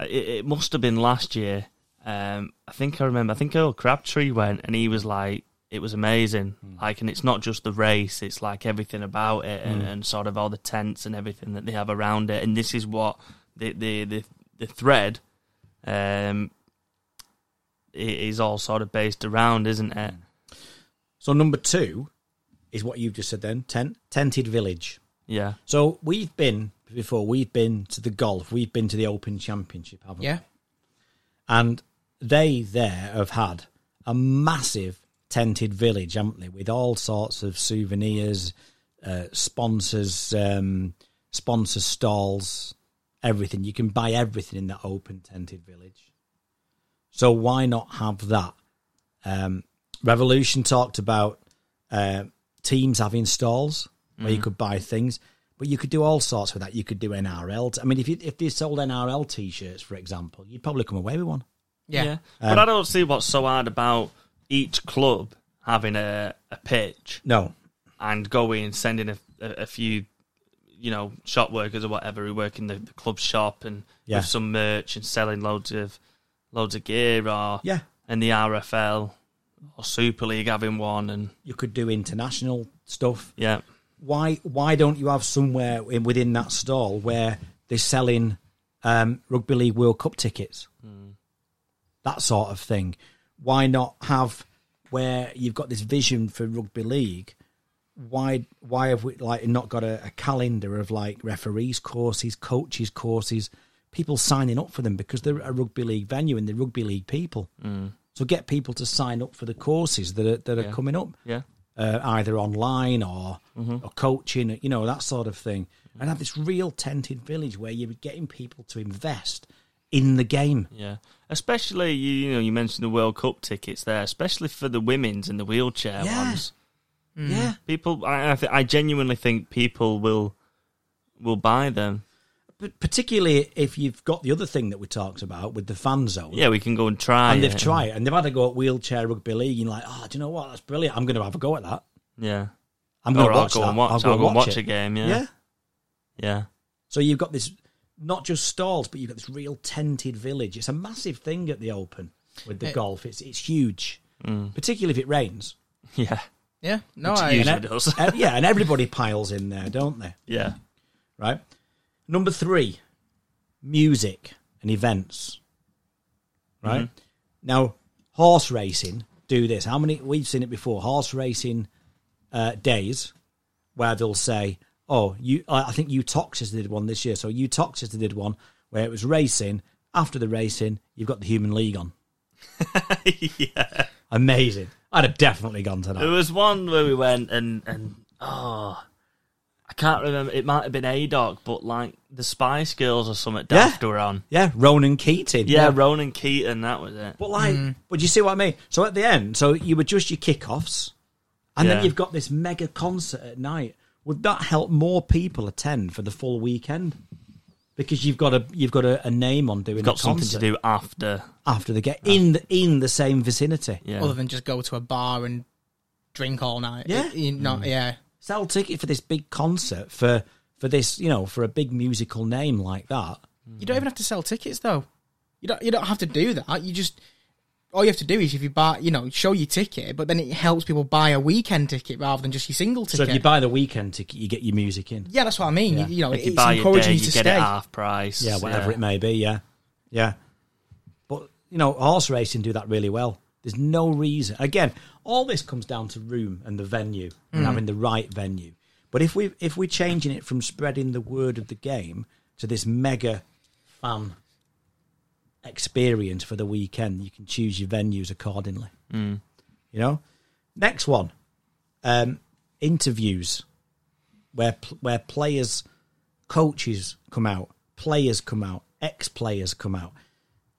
S1: it, it must have been last year. Um, I think I remember. I think Earl Crabtree went, and he was like, "It was amazing."
S2: Hmm.
S1: Like, and it's not just the race; it's like everything about it, and,
S2: Hmm.
S1: and sort of all the tents and everything that they have around it. And this is what the the the, the thread um, i- is all sort of based around, isn't it?
S2: Mm. So number two is what you've just said then, tent, tented village.
S1: Yeah,
S2: So we've been before, we've been to the golf, we've been to the Open Championship, haven't
S3: Yeah.
S2: we? And they there have had a massive tented village, haven't they, with all sorts of souvenirs, uh, sponsors, um, sponsor stalls, everything. You can buy everything in that open tented village. So why not have that? Um, Revolution talked about uh, teams having stalls where you could buy things, but you could do all sorts with that. You could do NRL. t- I mean, if you, if they sold NRL T-shirts, for example, you'd probably come away with one.
S3: Yeah.
S2: Um,
S1: but I don't see what's so hard about each club having a a pitch.
S2: No,
S1: and going sending a, a, a few, you know, shop workers or whatever who work in the, the club shop and
S2: Yeah.
S1: with some merch and selling loads of loads of gear or
S2: Yeah.
S1: and the RFL or Super League having one and
S2: you could do international stuff.
S1: yeah,
S2: Why why don't you have somewhere in, within that stall where they're selling um, rugby league World Cup tickets, that sort of thing? Why not have where you've got this vision for rugby league? Why why have we like not got a, a calendar of like referees courses, coaches courses, people signing up for them because they're a rugby league venue and they're rugby league people. So get people to sign up for the courses that are, that are coming up
S1: yeah,
S2: uh, either online or
S1: Mm-hmm.
S2: or coaching, you know, that sort of thing. And have this real tented village where you're getting people to invest in the game.
S1: yeah. Especially you, you know, you mentioned the World Cup tickets there, especially for the women's and the wheelchair
S2: Yeah.
S1: ones.
S3: Hmm.
S1: Mm.
S2: Yeah.
S1: People, I I, th- I genuinely think people will will buy them.
S2: But particularly if you've got the other thing that we talked about with the fan zone.
S1: Yeah, Ah, we can go and try.
S2: And
S1: it
S2: they've tried and they've had a go at wheelchair rugby league. And you're like, oh, do you know what? That's brilliant. I'm going to have a go at that.
S1: Yeah,
S2: I'm going
S1: Or
S2: to
S1: I'll
S2: watch
S1: go
S2: that.
S1: and watch-
S2: I'll go and watch, it.
S1: a game, yeah.
S2: yeah.
S1: yeah. <laughs>
S2: So you've got this, not just stalls, but you've got this real tented village. It's a massive thing at the Open with the
S3: It-
S2: golf. It's it's huge, particularly if it rains.
S1: Yeah.
S3: Yeah. No,
S1: It's
S3: I.
S1: you.
S2: And
S1: Usually
S2: e-
S1: does. <laughs>
S2: e- yeah, and everybody piles in there, don't they?
S1: Yeah.
S2: Right. Number three, music and events. Right now, horse racing. Do this. How many? We've seen it before. Horse racing uh, days where they'll say, "Oh, you." I I think Utoxis did one this year. So Utoxis did one where it was racing. After the racing, you've got the Human League on. Amazing. I'd have definitely gone to that.
S1: There was one where we went and and oh, I can't remember. It might have been ADOC, but like the Spice Girls or something.
S2: Yeah.
S1: Daft were on.
S2: Yeah, Ronan Keating.
S1: Yeah, Ronan Keaton. That was it.
S2: But like, but you see what I mean? So at the end, so you were just your kickoffs, and
S1: Yeah.
S2: then you've got this mega concert at night. Would that help more people attend for the full weekend? Because you've got a you've got a, a name on doing
S1: Got
S2: a
S1: something to
S2: concert
S1: do after.
S2: after the game in the, in the same vicinity.
S1: Yeah.
S3: Other than just go to a bar and drink all night.
S2: Yeah.
S3: It- you
S1: Hmm.
S3: know, yeah.
S2: Sell ticket for this big concert for for this you know for a big musical name like that.
S3: You don't even have to sell tickets though. You don't. You don't have to do that. You just. All you have to do is if you buy, you know, show your ticket, but then it helps people buy a weekend ticket rather than just your single
S2: So
S3: ticket.
S2: if you buy the weekend ticket, you get your music in.
S3: yeah, that's what I mean.
S2: Yeah.
S3: You, you know,
S1: if you
S3: it's
S1: buy your
S3: encouraging
S1: day,
S3: you
S1: you
S3: to
S1: get
S3: stay.
S1: it half price.
S2: yeah, whatever it may be. Yeah, yeah. But you know, horse racing do that really well. There's no reason. Again, all this comes down to room and the venue and having the right venue. But if we if we're changing it from spreading the word of the game to this mega fan experience for the weekend. You can choose your venues accordingly. You know, next one, um, interviews where pl- where players, coaches come out, players come out, ex players come out.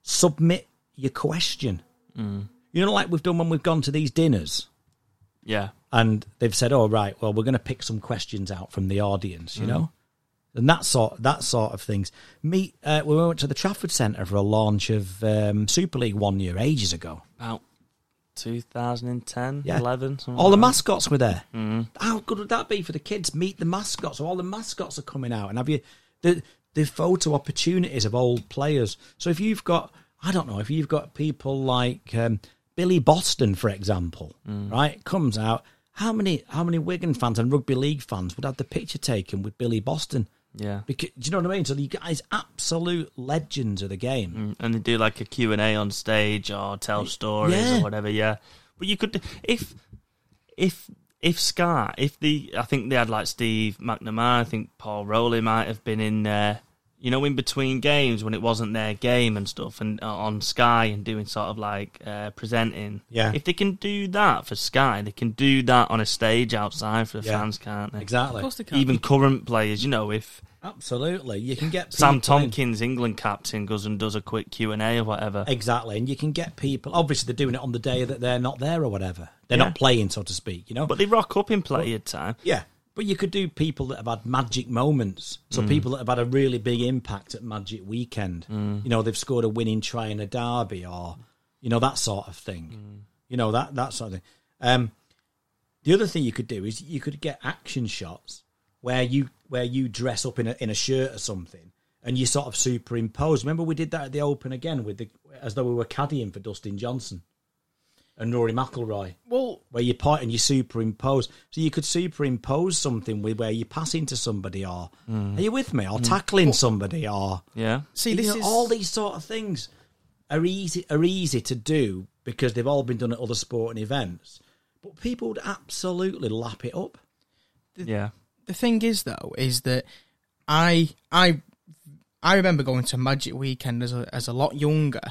S2: Submit your question. You know, like we've done when we've gone to these dinners
S1: Yeah.
S2: and they've said, "Oh right, well we're going to pick some questions out from the audience," you know, and that sort that sort of things. Meet uh, we went to the Trafford Centre for a launch of um, Super League one year ages ago.
S1: About 2010,
S2: Yeah.
S1: 11, something
S2: All the
S1: like that. Mm-hmm.
S2: mascots were there. How good would that be for the kids? Meet the mascots. So all the mascots are coming out, and have you the the photo opportunities of old players. So if you've got, I don't know, if you've got people like um, Billy Boston, for example,
S1: Mm.
S2: right, comes out. How many how many Wigan fans and rugby league fans would have the picture taken with Billy Boston?
S1: Yeah.
S2: Because, do you know what I mean? So the guys, absolute legends of the game.
S1: and they do like a Q&A on stage or tell stories
S2: Yeah.
S1: or whatever yeah but you could if if if Scar if the I think they had like Steve McNamara I think Paul Rowley might have been in there you know in between games when it wasn't their game and stuff and uh, on Sky and doing sort of like uh, presenting
S2: Yeah.
S1: if they can do that for Sky they can do that on a stage outside for the
S2: Yeah.
S1: fans can't they
S2: Exactly.
S3: Of course they can.
S1: even current players you know if
S2: Absolutely. You can get
S1: Sam
S2: people in.
S1: Tompkins England captain goes and does a quick Q&A or whatever
S2: Exactly, and you can get people. Obviously, they're doing it on the day that they're not there or whatever. They're
S1: Yeah.
S2: not playing, so to speak. You know.
S1: But they rock up in plenty of time.
S2: yeah, but you could do people that have had magic moments. So people that have had a really big impact at Magic Weekend. You know, they've scored a winning try in a derby, or you know that sort of thing. You know that that sort of thing. Um, the other thing you could do is you could get action shots where you where you dress up in a in a shirt or something and you sort of superimpose. Remember we did that at the Open again with the as though we were caddying for Dustin Johnson and Rory McIlroy,
S3: Well,
S2: where you point and you superimpose. So you could superimpose something with where you pass into somebody or are you with me or tackling somebody or
S1: Yeah.
S3: see,
S2: you
S3: Mm. this
S2: know,
S3: is
S2: all these sort of things are easy are easy to do because they've all been done at other sporting events. But people would absolutely lap it up.
S1: Yeah.
S3: the thing is though is that I I I remember going to Magic Weekend as a, as a lot younger,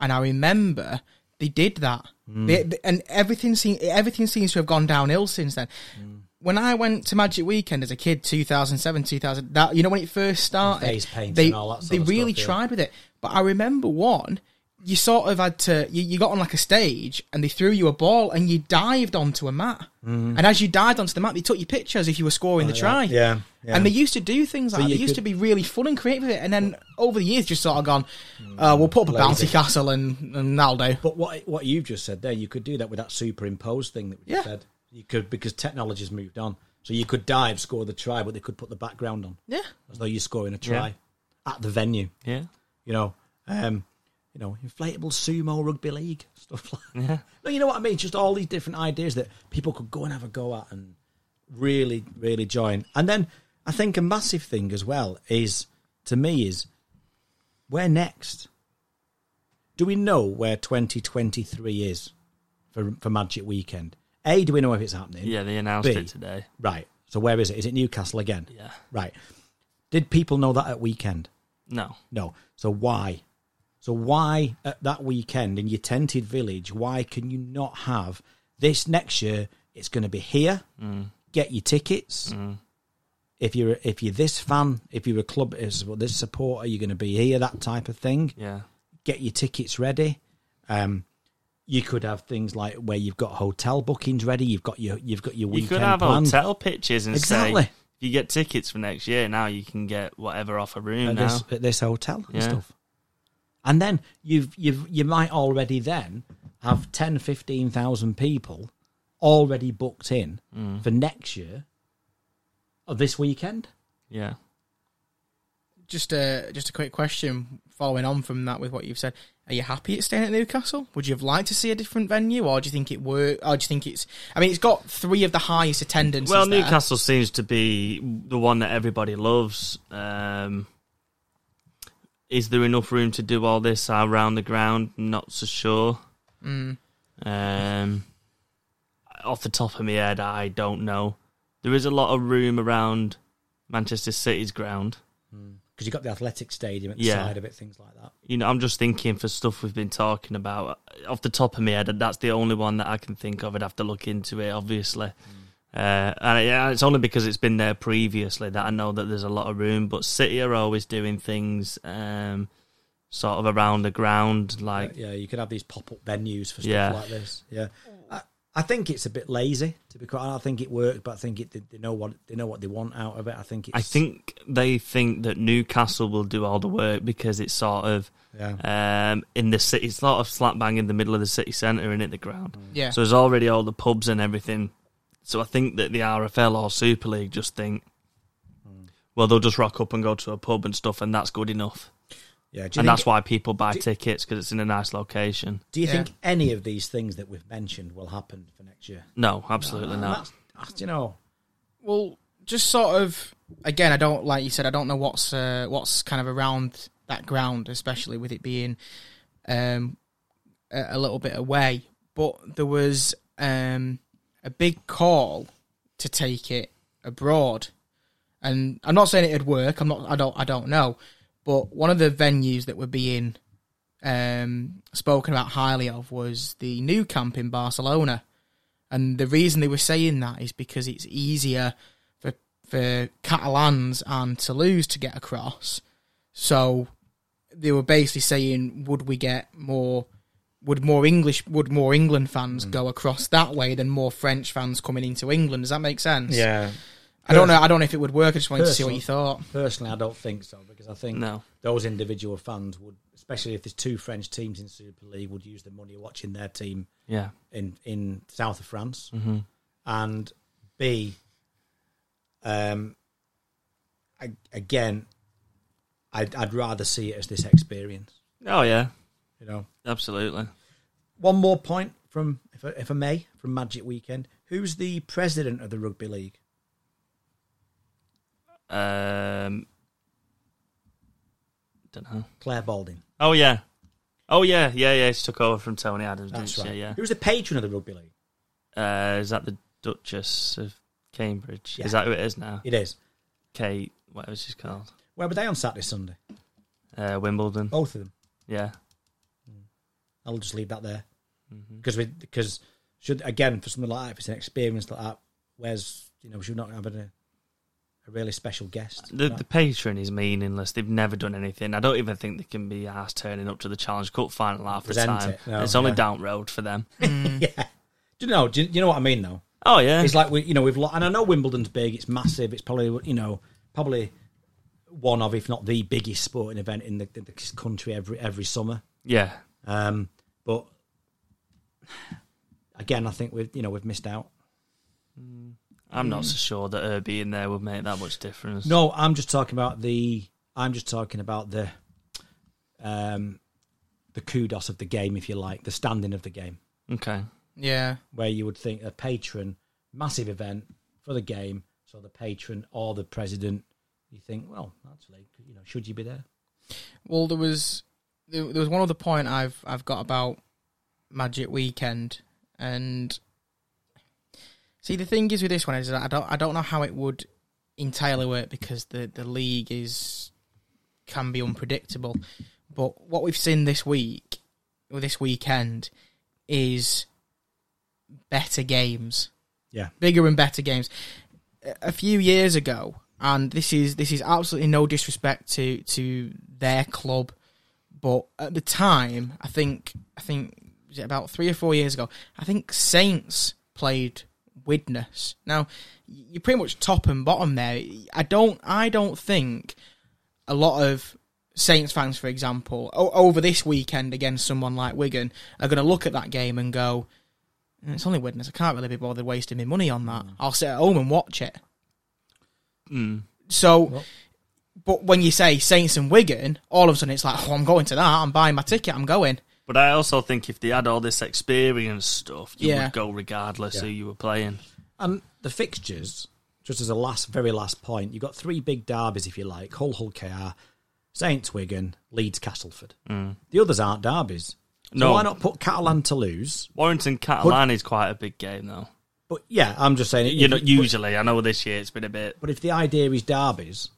S3: and I remember they did that,
S2: Mm.
S3: They- they- and everything seem, everything seems to have gone downhill since then.
S2: Mm.
S3: When I went to Magic Weekend as a kid, two thousand seven, two thousand that you know when it first started,
S2: Face paint
S3: they
S2: and all that sort
S3: they
S2: of
S3: really
S2: stuff, yeah.
S3: tried with it. But I remember one. You sort of had to. You, you got on like a stage, and they threw you a ball, and you dived onto a mat. And as you dived onto the mat, they took your pictures if you were scoring the try.
S2: Mm-hmm. Oh, Yeah, yeah.
S3: And they used to do things like that.
S2: you
S3: They used
S2: could-
S3: to be really fun and creative with it. And then over the years, just sort of gone, uh, we'll put up a
S2: Mm. Lazy.
S3: bouncy castle and, and that'll do.
S2: But what what you've just said there, you could do that with that superimposed thing that we just
S3: Yeah.
S2: said. You could because technology's moved on, so you could dive, score the try, but they could put the background on
S3: Yeah.
S2: as though you're scoring a try at the venue.
S1: Yeah.
S2: You know, um, you know, inflatable sumo rugby league <laughs> stuff like. that. No, you know what I mean. Just all these different ideas that people could go and have a go at and really, really join. And then I think a massive thing as well is to me is where next? Do we know where 2023 is for for Magic Weekend? A, do we know if it's happening?
S1: Yeah, they announced
S2: B.
S1: it today.
S2: Right. So where is it? Is it Newcastle again?
S1: Yeah.
S2: Right. Did people know that at weekend?
S1: No.
S2: No. So why? So why at that weekend in your tented village? Why can you not have this next year? It's going to be here.
S1: Mm.
S2: Get your tickets. If you're if you're this fan, if you're a club, is well, this supporter, you're going to be here. That type of thing.
S1: Yeah.
S2: Get your tickets ready. Um, you could have things like where you've got hotel bookings ready. You've got your you've got your
S1: You
S2: weekend
S1: could have
S2: planned.
S1: hotel pitches and
S2: Exactly.
S1: say, if you get tickets for next year, now you can get whatever off a room
S2: at
S1: now.
S2: this, at this hotel and
S1: Yeah.
S2: stuff. And then you've you've you might already then have 10, 15,000 people already booked in
S1: Mm.
S2: for next year or this weekend.
S1: Yeah.
S3: Just a, just a quick question following on from that with what you've said. Are you happy it's staying at Newcastle? Would you have liked to see a different venue, or do you think it worked? Or do you think it's? I mean, it's got three of the highest attendance.
S1: Well, Newcastle seems to be the one that everybody loves. Um, is there enough room to do all this around the ground? Not so sure. Um, off the top of my head, I don't know. There is a lot of room around Manchester City's ground
S2: because you've got the athletic stadium at the
S1: Yeah.
S2: side of it, things like that.
S1: You know, I'm just thinking for stuff we've been talking about off the top of my head. That's the only one that I can think of. I'd have to look into it, obviously. Uh, and yeah, it's only because it's been there previously that I know that there's a lot of room. But City are always doing things um, sort of around the ground, like
S2: yeah, you could have these pop up venues for stuff
S1: Yeah.
S2: like this. Yeah, I, I think it's a bit lazy to be quite. I think it worked, but I think it, they know what they know what they want out of it. I think it's,
S1: I think they think that Newcastle will do all the work because it's sort of
S2: yeah.
S1: um, in the city, it's sort of slap bang in the middle of the city centre and at the ground.
S3: Yeah.
S1: So there's already all the pubs and everything. So I think that the RFL or Super League just think, well, they'll just rock up and go to a pub and stuff, and that's good enough.
S2: yeah. Do you
S1: And
S2: think-
S1: that's why people buy tickets because it's in a nice location.
S2: Do you
S3: Yeah.
S2: think any of these things that we've mentioned will happen for next year?
S1: No, absolutely
S2: And
S1: not.
S2: That's, that's, Ah, you know,
S3: Well, just sort of again, I don't like you said. I don't know what's uh, what's kind of around that ground, especially with it being um, a, a little bit away. But there was um, a big call to take it abroad, and I'm not saying it'd work. I'm not. I don't. I don't know. But one of the venues that were being um, spoken about highly of was the new camp in Barcelona. And the reason they were saying that is because it's easier for for Catalans and Toulouse to get across. So they were basically saying, would we get more? Would more English? Would more England fans go across that way than more French fans coming into England? Does that make sense?
S2: yeah.
S3: I don't know. I don't know if it would work. I just wanted to see
S2: Personal-
S3: what you thought.
S2: Personally, I don't think so because I think
S1: No.
S2: those individual fans would, especially if there's two French teams in Super League, would use the money watching their team
S1: Yeah.
S2: in in south of France,
S1: Mm-hmm.
S2: and B, um, I, again, I'd, I'd rather see it as this experience.
S1: Oh, yeah.
S2: You know,
S1: Absolutely.
S2: one more point from if I, if I may from Magic Weekend. Who's the president of the rugby league?
S1: Um, don't know.
S2: Claire Balding.
S1: Oh yeah, oh yeah, yeah, yeah. She took over from Tony Adams, didn't
S2: That's
S1: she?
S2: right.
S1: Yeah.
S2: Who's the patron of the rugby league?
S1: Uh, is that the Duchess of Cambridge?
S2: Yeah.
S1: Is that who it is now?
S2: It is.
S1: Kate, whatever she's called.
S2: Where were they on Saturday, Sunday?
S1: Uh, Wimbledon.
S2: Both of them.
S1: Yeah.
S2: I'll just leave that there because we because should again for something like that if it's an experience like that, where's you know should we not have a a really special guest.
S1: The,
S2: No.
S1: the patron is meaningless. They've never done anything. I don't even think they can be asked turning up to the Challenge Cup final half
S2: Present
S1: the time.
S2: it. No,
S1: it's only
S2: yeah.
S1: down road for them.
S2: yeah, do you know? Do you, you know what I mean though?
S1: Oh yeah.
S2: It's like we you know we've lo- and I know Wimbledon's big. It's massive. It's probably you know probably one of if not the biggest sporting event in the, in the country every every summer.
S1: yeah.
S2: Um, but <sighs> again, I think we've you know we've missed out.
S1: I'm not so sure that her being there would make that much difference.
S2: Hmm. No, I'm just talking about the. I'm just talking about the, um, the kudos of the game, if you like, the standing of the game,
S1: Okay.
S3: Yeah.
S2: where you would think a patron, massive event for the game, so the patron or the president, you think, well, actually, you know, should you be there?
S3: Well, there was there, there was one other point I've I've got about Magic Weekend, and see the thing is with this one is that I don't I don't know how it would entirely work because the the league is can be unpredictable. But what we've seen this week or this weekend is better games
S2: Yeah,
S3: bigger and better games. A- A few years ago, and this is this is absolutely no disrespect to to their club, but at the time, I think I think was it about three or four years ago, I think Saints played Widnes. Now y- you're pretty much top and bottom there. I don't I don't think a lot of Saints fans, for example, o- over this weekend against someone like Wigan, are going to look at that game and go, "Mm, it's only witness. I can't really be bothered wasting my money on that. I'll sit at home and watch it. So, but when you say Saints and Wigan, all of a sudden it's like, oh, I'm going to that. I'm buying my ticket. I'm going.
S1: But I also think if they had all this experience stuff, you
S3: Yeah.
S1: would go regardless who you were playing.
S2: and the fixtures, just as a last, very last point, you've got three big derbies, if you like, Hull, Hull, KR, Saints, Wigan, Leeds, Castleford. The others aren't derbies. So
S1: Mm. No.
S2: why not put Catalan Toulouse?
S1: Warrington Catalan is quite a big game though.
S2: But yeah, I'm just saying.
S1: You know,
S2: if-
S1: usually I know this year it's been a bit.
S2: But, but if the idea is derbies,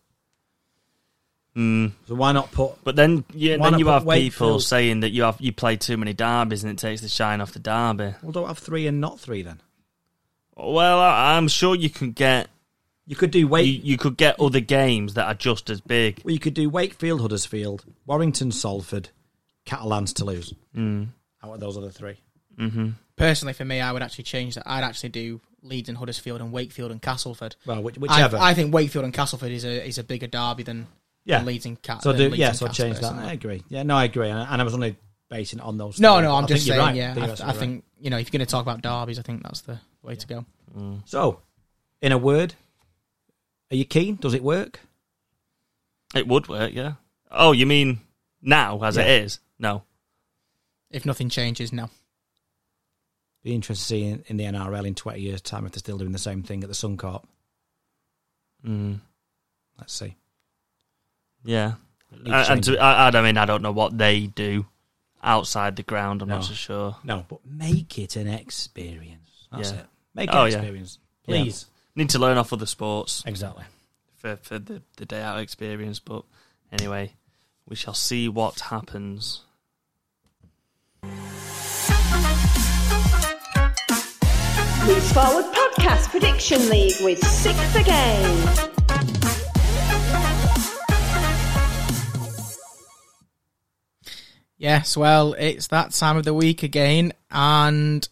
S2: So why not put?
S1: But then, yeah,
S2: Why
S1: then
S2: not
S1: you
S2: put
S1: have people
S2: Wakefield?
S1: saying that you have you play too many derbies and it takes the shine off the derby.
S2: Well, don't have three and not three then.
S1: Well, I, I'm sure you could get
S2: You could do
S1: you,
S2: Wake.
S1: you could get other games that are just as big.
S2: well, you could do Wakefield, Huddersfield, Warrington, Salford, Catalans, Toulouse. Mm. Out of those other three,
S3: Personally, for me, I would actually change that. I'd actually do Leeds and Huddersfield and Wakefield and Castleford.
S2: well, which,
S3: I,
S2: whichever.
S3: I think Wakefield and Castleford is a is a bigger derby than
S2: yeah,
S3: than Leeds and Cat.
S2: So
S3: than
S2: do
S3: Leeds
S2: yeah,
S3: and
S2: so
S3: Cats,
S2: change that.
S3: personally.
S2: I agree. Yeah, no, I agree. And, and I was only basing it on those.
S3: No,
S2: three,
S3: no,
S2: but
S3: I'm
S2: I think
S3: just
S2: you're
S3: saying.
S2: right.
S3: Yeah,
S2: you're
S3: I, I
S2: absolutely right.
S3: think you know if you're going to talk about derbies, I think that's the way to go.
S2: so. In a word, are you keen? Does it work?
S1: It would work, yeah. Oh, you mean now as it is? No,
S3: If nothing changes, no.
S2: Be interested to see in, in the NRL in twenty years' time if they're still doing the same thing at the Suncorp.
S1: mm,
S2: Let's see.
S1: yeah.
S2: Need
S1: Uh, And, and
S2: change.
S1: to, I, I mean, I don't know what they do outside the ground. I'm
S2: No.
S1: not so sure.
S2: No, but make it an experience. That's
S1: Yeah.
S2: it. Make it
S1: Oh,
S2: an
S1: yeah.
S2: experience,
S1: Yeah.
S2: please.
S1: Need to learn off other sports
S2: Exactly.
S1: for for the, the day out experience. But anyway, we shall see what happens.
S8: Leeds Forward Podcast Prediction League with six a game.
S3: Yes, well, it's that time of the week again, and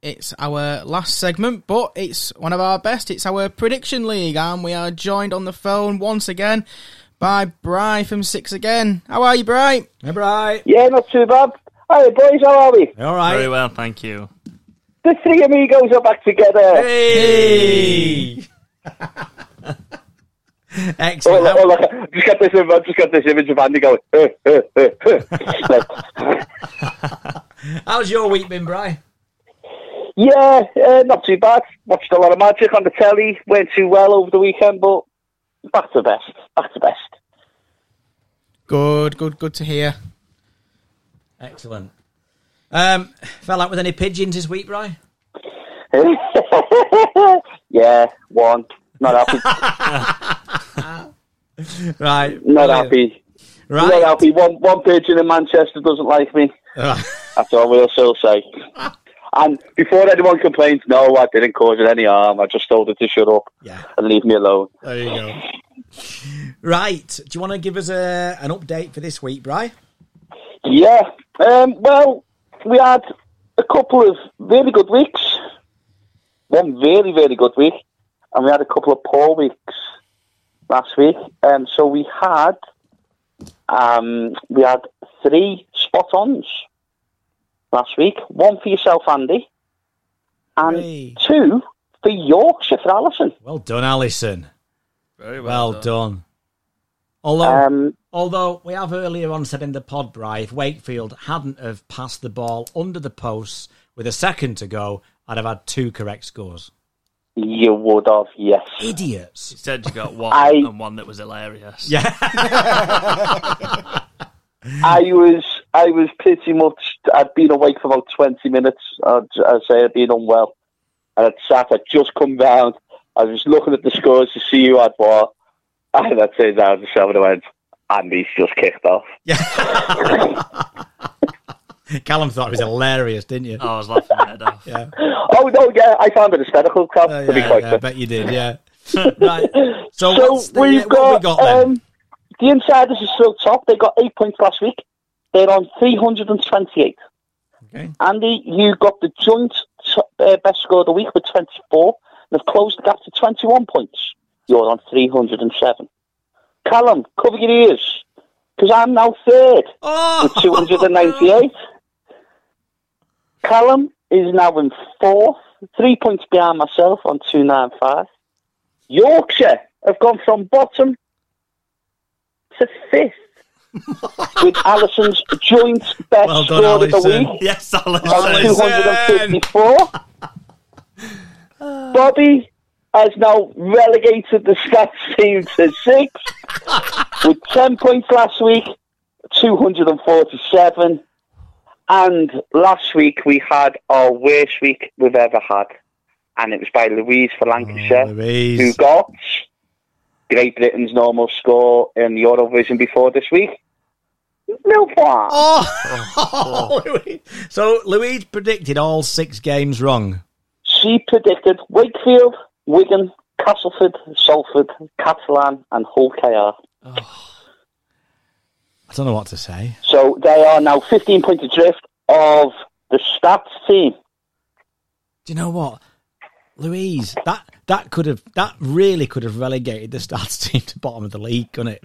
S3: it's our last segment, but it's one of our best. It's our prediction league, and we are joined on the phone once again by Bry from Six Again. How are you, Bry?
S2: Remember, I.
S9: Yeah, not too bad. Hi, boys, how are we?
S2: All right.
S1: Very well, thank you.
S9: The three amigos are back together. <laughs>
S2: Hey!
S9: Oh,
S2: Excellent.
S9: look, oh, look, I've <laughs> just got this, I've just got this image of Andy going. "Eh, eh, eh, eh." Like,
S2: How's your week been, Bry?
S9: yeah, uh, not too bad. Watched a lot of magic on the telly. Went too well over the weekend, but back to best. Back to best.
S3: Good, good, good to hear.
S2: Excellent. Um, fell out with any pigeons this week, Bry?
S9: <laughs> yeah, one. Not
S6: <laughs>
S9: happy.
S2: Right.
S9: Not
S2: brilliant.
S9: happy. Not
S2: Right.
S9: happy. One, one pigeon in Manchester doesn't like me.
S2: Right.
S9: That's all we'll still
S6: <laughs>
S9: say. And before anyone complains, no, I didn't cause it any harm. I just told it to shut up
S2: Yeah.
S9: and leave me alone.
S2: There you go. Right. Do you want to give us a, an update for this week, Bry?
S9: Yeah. Um, well, we had a couple of really good weeks. One really, really good week. And we had a couple of poor weeks last week. Um, so we had um, we had three spot ons last week. One for yourself, Andy, and
S2: Hey.
S9: two for Yorkshire for Alison.
S2: Well done, Alison.
S1: Very
S2: Well done. Although,
S9: Um,
S2: although we have earlier on said in the pod, Bry, if Wakefield hadn't have passed the ball under the posts with a second to go, I'd have had two correct scores.
S9: you would have, yes.
S1: You
S2: Idiots.
S1: said you got one
S9: I-
S1: and one that was hilarious.
S2: Yeah.
S9: I was I was pretty much I'd been awake for about twenty minutes. I'd, I'd say I'd been unwell, and I'd sat. I'd just come round. I was looking at the scores to see who had what, and I turned down the seven and went, Andy's just kicked off.
S2: <laughs>
S9: <gasps>
S2: Callum thought it was hilarious, didn't you?
S1: I was laughing my head
S2: <laughs>
S1: off.
S2: Yeah.
S9: Oh no, yeah, I found it hysterical, Cal,
S2: Uh,
S9: to be
S2: yeah,
S9: quite
S2: yeah, I
S9: fair.
S2: bet you did, yeah. <laughs> right. So,
S9: So
S2: what's the,
S9: we've
S2: what
S9: got,
S2: have we got then?
S9: um, the insiders are still top. They got eight points last week. They're on three hundred and twenty-eight.
S2: Okay.
S9: Andy, you got the joint t- uh, best score of the week with 24, and have closed the gap to 21 points. You're on 307. Callum, cover your ears, because I'm now third
S2: oh!
S9: with
S2: <laughs>
S9: 298. Callum is now in fourth, three points behind myself on 295. Yorkshire have gone from bottom to fifth
S2: <laughs>
S9: with Alison's joint best
S2: Well
S9: score
S2: done,
S9: of the week
S2: Alison.
S1: Yes,
S9: on
S1: Alison.
S2: Alison.
S9: 254. Bobby has now relegated the stats team to six with 10 points last week, 247. And last week we had our worst week we've ever had, and it was by Louise for Lancashire,
S2: Louise.
S9: who got Great Britain's normal score in Eurovision before this week? No far.
S2: <laughs> Oh, <laughs> Louis. so Louise predicted all six games wrong.
S9: She predicted Wakefield, Wigan, Castleford, Salford, Catalan, and Hull KR.
S2: I don't know what to say.
S9: So they are now 15 points adrift of the stats team.
S2: Do you know what, Louise? That that could have that really could have relegated the starts <laughs> team to bottom of the league, couldn't it?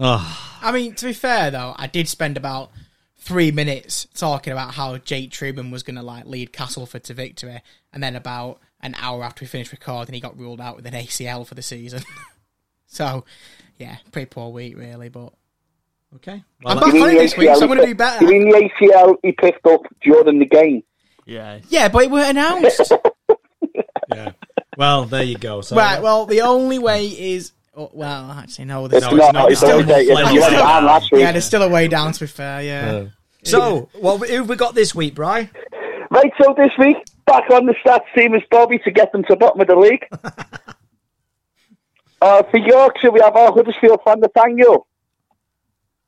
S2: Oh,
S3: I mean, to be fair though, I did spend about three minutes talking about how Jake Truman was going to like lead Castleford to victory, and then about an hour after we finished recording, he got ruled out with an ACL for the season. <laughs> so, yeah, pretty poor week really, but okay. I'm back
S9: You mean
S3: on it
S9: the
S3: this week,
S9: ACL
S3: so I'm going to
S9: he
S3: do
S9: picked- You
S3: better.
S9: mean the ACL he picked up during the game?
S1: Yeah.
S3: Yeah, but it weren't
S9: <laughs>
S3: announced.
S2: yeah. Well, there you go. So,
S3: right. Well, the only way is oh, well, actually, no. There's
S2: No,
S3: still,
S2: it's
S9: No,
S2: not-
S9: it's
S2: it's
S9: only
S2: still-
S9: dated.
S2: it's
S9: You
S2: still-
S9: went down last week.
S3: yeah, there's still a way down. To be fair, yeah.
S2: so well, who have we got this week, Bry?
S9: Right, so this week, back on the stats team is Bobby to get them to bottom of
S2: <laughs>
S9: the league. uh, for Yorkshire, we have our Huddersfield fan Nathaniel,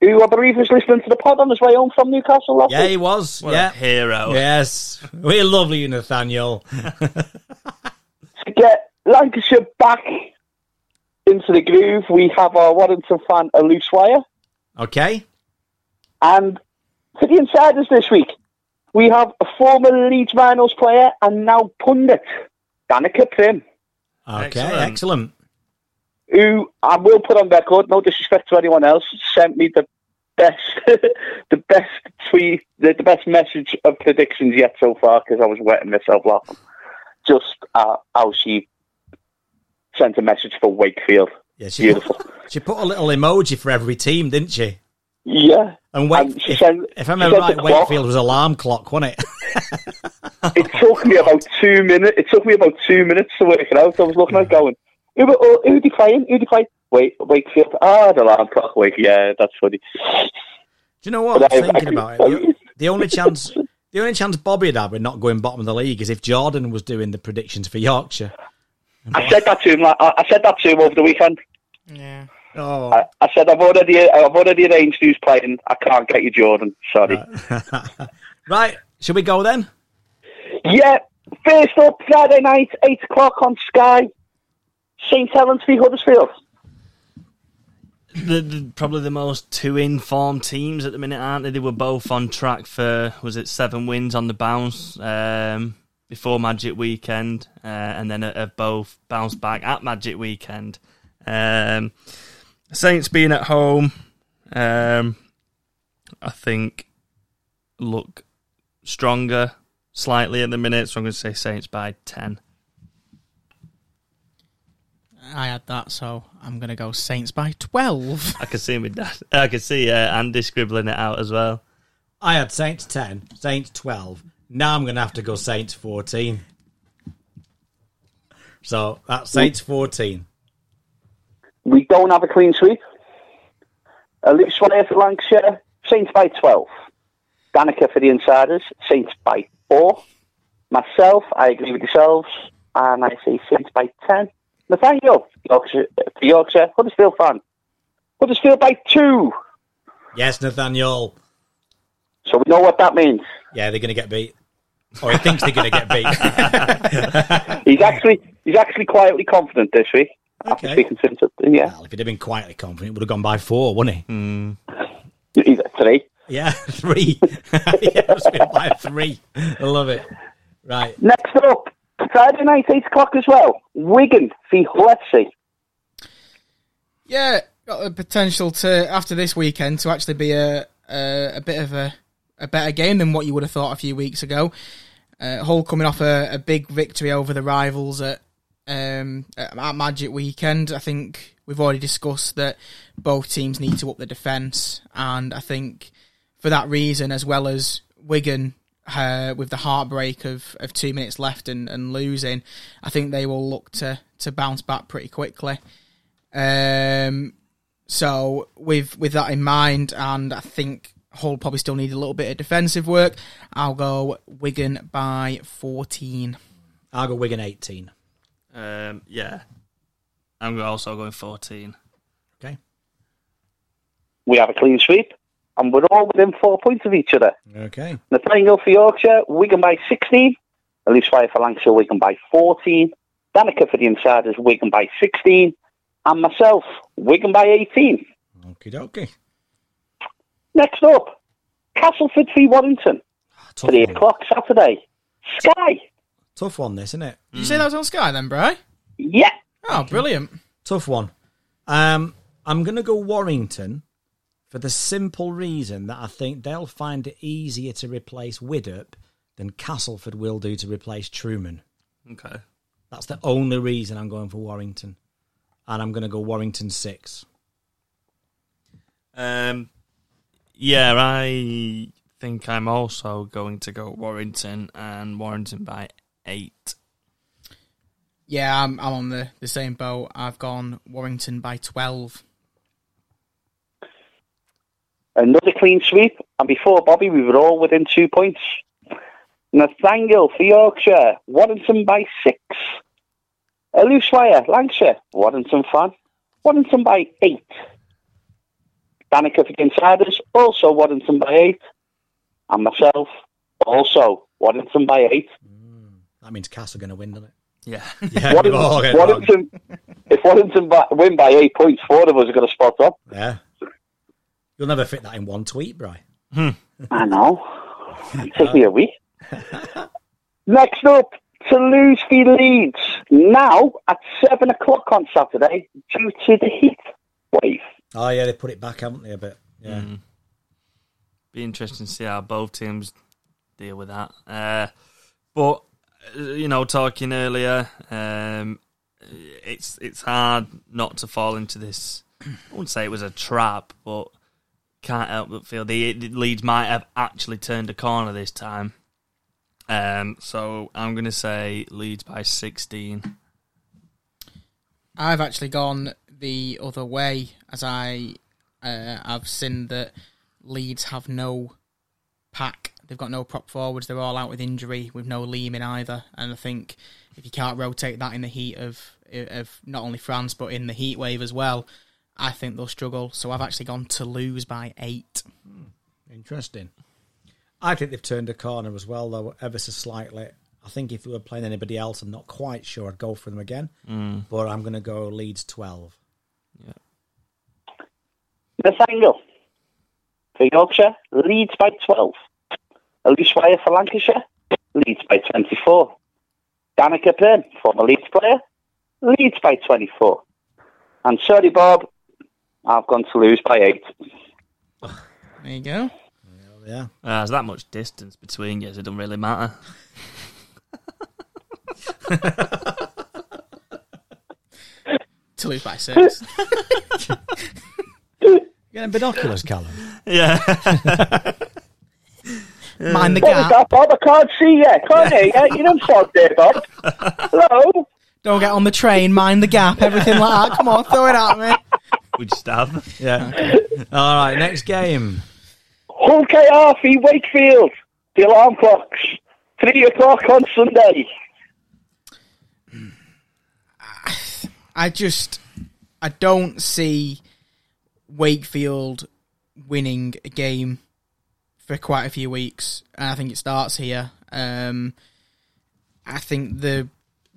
S9: who I believe was listening to the pod on his way home from Newcastle last
S2: Yeah,
S9: week.
S2: he was.
S1: What
S2: yeah.
S1: a hero.
S2: Yes, we love you, Nathaniel.
S9: To get Lancashire back into the groove, we have our Warrington fan Aluswire.
S2: Okay.
S9: And for the insiders this week, we have a former Leeds Rhinos player and now pundit, Danica Prim.
S2: Okay. Excellent.
S1: Excellent.
S9: who I will put on record, no disrespect to anyone else, sent me the best, <laughs> the best tweet, the, the best message of predictions yet so far because I was wetting myself laughing. Just uh, how she sent a message for Wakefield.
S2: Yeah, she put,
S9: Beautiful.
S2: she put a little emoji for every team, didn't she?
S9: Yeah.
S2: And Wake,
S9: And Um, she
S2: if,
S9: said-
S2: if I
S9: she
S2: remember
S9: said the
S2: right,
S9: clock.
S2: Wakefield was alarm clock, wasn't it?
S9: It took me about two minutes. It took me about two minutes to work it out. I was looking at it going, who, who, who declined? Who declined? Wait, Wakefield. Ah, the alarm clock. Wake. Yeah, that's funny.
S2: Do you know what I'm
S9: But I-
S2: thinking about? It. The, the only chance, the only chance Bobby had had with not going bottom of the league is if Jordan was doing the predictions for Yorkshire.
S9: I said that to him. la- I I said that to him over the weekend.
S3: Yeah.
S2: Oh,
S9: I, I said I've already I've already arranged who's playing. I can't get you, Jordan. Sorry.
S2: right. Shall we go then?
S9: Yeah. First up, Friday night, eight o'clock on Sky. St Helens v Huddersfield.
S1: The, the, probably the most two informed teams at the minute, aren't they? They were both on track for was it seven wins on the bounce um, before Magic Weekend, uh, and then have both bounced back at Magic Weekend. Um, Saints being at home, um, I think look stronger slightly at the minute. So I'm going to say Saints by ten.
S3: I had that, so I'm going to go Saints by 12.
S1: I can see my dad. I can see uh, Andy scribbling it out as well.
S2: I had Saints ten, Saints twelve. Now I'm going to have to go Saints fourteen. So that's Saints fourteen.
S9: We don't have a clean sweep. At least one here for Lancashire. Saints by twelve. Danica for the insiders. Saints by four. Myself, I agree with yourselves, and I say Saints by ten. Nathaniel, Yorkshire, for Yorkshire, Huddersfield fan. Huddersfield by two.
S2: Yes, Nathaniel.
S9: So we know what that means.
S2: Yeah, they're going to get beat, or he thinks they're going to get beat.
S9: He's actually he's actually quietly confident this week. After
S2: Okay.
S9: speaking to him, to- yeah,
S2: Well, if he'd have been quietly confident, it would have gone by four, wouldn't he?
S9: he's at three.
S2: Yeah, <laughs> three. yeah, it must been by three. I love it. Right.
S9: Next up, Friday night, eight o'clock as well. Wigan v Hull FC.
S3: yeah, got the potential to, after this weekend, to actually be a, a, a bit of a, a better game than what you would have thought a few weeks ago. Uh, Hull coming off a, a big victory over the rivals at, um, at at Magic Weekend. I think we've already discussed that both teams need to up the defence, and I think for that reason, as well as Wigan uh, with the heartbreak of, of two minutes left and, and losing, I think they will look to, to bounce back pretty quickly. Um, so with with that in mind, and I think Hull probably still need a little bit of defensive work. I'll go Wigan by fourteen.
S2: I'll go Wigan 18.
S1: Um, yeah, I'm also going 14.
S2: Okay.
S9: We have a clean sweep, and we're all within four points of each other.
S2: Okay.
S9: Nathaniel for Yorkshire, Wigan by 16. Elise Fire for Lancashire, Wigan by 14. Danica for the Insiders, Wigan by 16. And myself, Wigan by 18.
S2: Okie dokie.
S9: Next up, Castleford v Warrington,
S2: Tough
S9: 3
S2: one.
S9: o'clock Saturday. Sky,
S2: Tough one, this, isn't it?
S3: Did you say that was on Sky then, bro?
S9: yeah.
S3: Oh, brilliant.
S2: Tough one. Um, I'm going to go Warrington for the simple reason that I think they'll find it easier to replace Widup than Castleford will do to replace Truman.
S1: Okay.
S2: That's the only reason I'm going for Warrington. And I'm going to go Warrington 6.
S1: Um, yeah, I think I'm also going to go Warrington and Warrington by eight.
S3: Yeah, I'm, I'm on the, the same boat. I've gone Warrington by 12.
S9: Another clean sweep, and before Bobby, we were all within two points. Nathaniel for Yorkshire, Waddington by six. Eluswire, Lancashire, Waddington fan, Waddington by eight. Danica for the Insiders, also Waddington by eight. And myself, also Waddington by eight.
S2: That means Castle going to win, doesn't it?
S1: Yeah.
S2: <laughs>
S1: <laughs>
S2: Yeah. Oh,
S9: Wadding-
S2: we've all got it wrong.
S9: Waddington, if Waddington by, win by eight points, four of us are going to spot up.
S2: Yeah. You'll never fit that in one tweet, Bry.
S9: I know. It took me a week. Next up, Toulouse v Leeds. Now at seven o'clock on Saturday due to the heat wave.
S2: Oh, yeah, they put it back, haven't they, a bit? Yeah.
S1: Be interesting to see how both teams deal with that. Uh, but uh, you know, talking earlier, um, it's it's hard not to fall into this. I wouldn't say it was a trap, but can't help but feel the the Leeds might have actually turned a corner this time. Um, so I'm going to say Leeds by 16.
S3: I've actually gone the other way as I uh, I've seen that Leeds have no pack. They've got no prop forwards. They're all out with injury with no Lehman either. And I think if you can't rotate that in the heat of of not only France but in the heat wave as well, I think they'll struggle. So I've actually gone to lose by eight.
S2: Interesting. I think they've turned a corner as well, though, ever so slightly. I think if we were playing anybody else, I'm not quite sure I'd go for them again. But I'm going to go Leeds 12.
S9: Nathaniel for Yorkshire, Leeds by twelve. Elise Wire for Lancashire, Leeds by twenty-four. Danica Byrne, former Leeds player, Leeds by twenty-four. And sorry, Bob, I've gone to lose by eight.
S3: There you go.
S2: Oh, Yeah.
S1: Uh, there's that much distance between you, so it doesn't really matter.
S3: To lose by six.
S2: You're getting binoculars, Callum.
S1: Yeah.
S3: Mind the
S9: What was
S3: gap.
S9: that, Bob? I can't see you. Can't hear you. You don't sound there, Bob. Hello?
S3: Don't get on the train. Mind the gap. Everything like that. Come on, throw it at me.
S1: Would you stab?
S2: <laughs> Yeah. All right, next game.
S9: Hull KR v Wakefield. The alarm clocks. Three o'clock on Sunday.
S3: I just I don't see Wakefield winning a game for quite a few weeks, and I think it starts here. Um, I think they're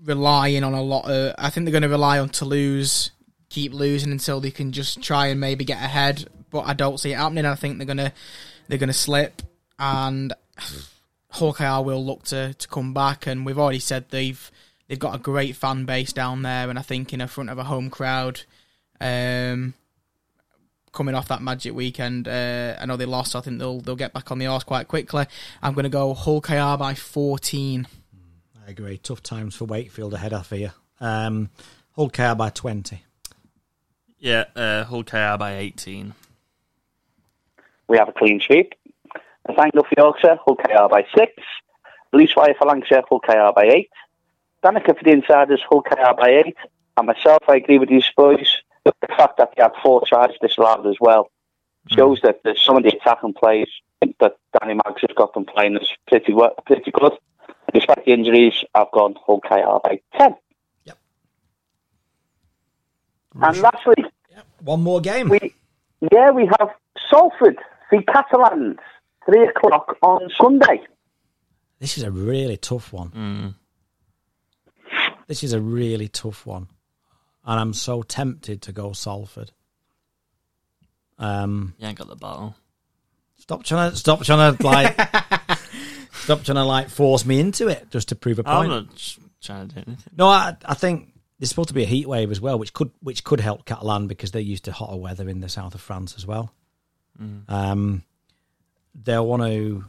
S3: relying on a lot of. I think they're going to rely on Toulouse keep losing until they can just try and maybe get ahead. But I don't see it happening. I think they're gonna they're gonna slip, and Hawkeye will look to, to come back, and we've already said they've they've got a great fan base down there, and I think in a front of a home crowd, um, coming off that magic weekend, uh, I know they lost. So I think they'll they'll get back on the horse quite quickly. I'm going to go Hull KR by 14.
S2: I agree. Tough times for Wakefield ahead of here. Um, Hull KR by 20.
S1: <laughs> Yeah, uh, Hull KR by 18.
S9: We have a clean sweep. Nathaniel for Yorkshire. Hull KR by six. Elise Wire for Lancashire. Hull KR by eight. Danica for the Insiders. Hull KR by eight. And myself, I agree with you, boys. The fact that they had four tries disallowed as well shows that there's some of the attacking plays that Danny Maggs has got them playing is pretty, wo- pretty good. Despite the injuries, I've gone Hull KR by 10. And that's it.
S2: One more game.
S9: We, yeah, we have Salford, the Catalans, three o'clock on Sunday.
S2: This is a really tough one. This is a really tough one, and I'm so tempted to go Salford. Um,
S1: You ain't got the battle.
S2: stop trying to stop trying to like stop trying to like force me into it just to prove a
S1: I'm
S2: point.
S1: not ch- trying to do anything.
S2: No, I, I think there's supposed to be a heat wave as well, which could which could help Catalan because they're used to hotter weather in the south of France as well. Um, they'll want to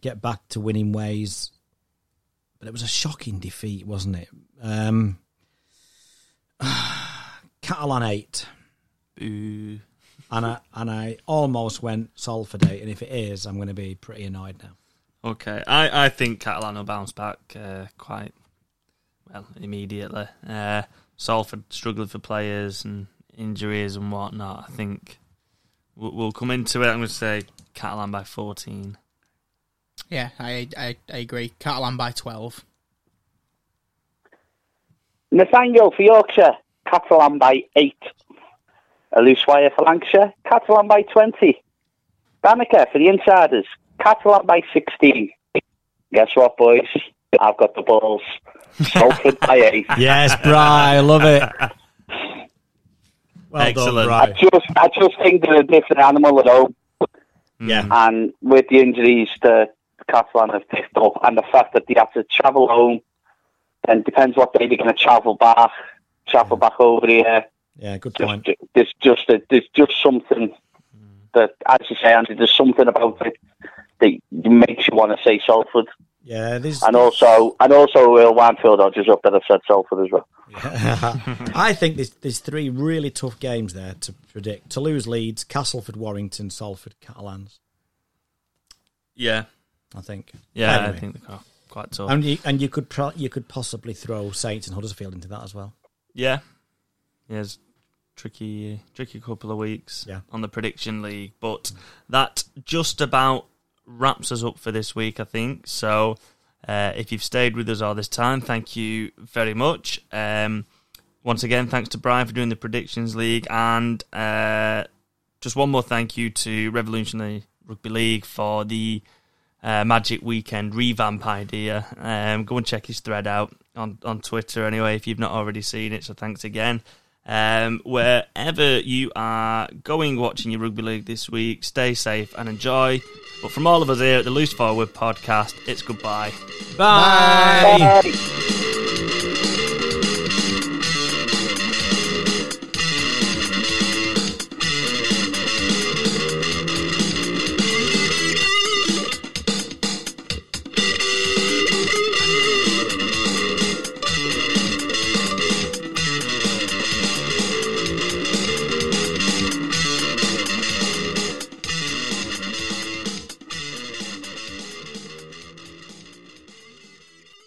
S2: get back to winning ways, but it was a shocking defeat, wasn't it? Um, <sighs> Catalan eight,
S1: Boo.
S2: and I and I almost went Salford eight, and if it is, I'm going to be pretty annoyed now.
S1: Okay, I, I think Catalan will bounce back uh, quite well immediately. Uh, Salford struggling for players and injuries and whatnot. I think we'll, we'll come into it. I'm going to say Catalan by 14.
S3: Yeah, I, I I agree. Catalan by twelve.
S9: Nathaniel for Yorkshire, Catalan by eight. Loose wire for Lancashire, Catalan by 20. Danica for the Insiders, Catalan by 16. Guess what, boys? I've got the balls. Salford by eight.
S2: Yes, Bri, I love it. Well
S1: Excellent.
S2: done, Bri.
S9: Just, I just think they're a different animal at home.
S2: Yeah.
S9: And with the injuries that Catalan have picked up and the fact that they have to travel home, then depends what day they're going to travel back, travel back over here.
S2: Yeah, good
S9: Just-
S2: point.
S9: There's just a, there's just something that, as you say, Andy, there's something about it that makes you want to say Salford.
S2: Yeah, this.
S9: And also, and also, Earl Wanfield, I'll just up that I've said Salford as well.
S2: I think there's there's three really tough games there to predict. Toulouse, Leeds, Castleford, Warrington, Salford, Catalans.
S1: Yeah,
S2: I think.
S1: yeah,
S2: Anyway.
S1: I think they're quite- quite tough.
S2: And you, and you could pro- you could possibly throw Saints and Huddersfield into that as well.
S1: yeah, yeah, it's tricky, tricky couple of weeks
S2: Yeah.
S1: on the prediction league, but that just about wraps us up for this week, I think. So, uh, if you've stayed with us all this time, thank you very much. Um, once again, thanks to Brian for doing the predictions league, and uh, just one more thank you to Revolutionary Rugby League for the uh, Magic Weekend revamp idea. Um, go and check his thread out on, on Twitter anyway if you've not already seen it. So thanks again. Um, wherever you are going watching your rugby league this week, stay safe and enjoy. But from all of us here at the Loose Forward podcast, it's goodbye.
S2: Bye.
S9: Bye.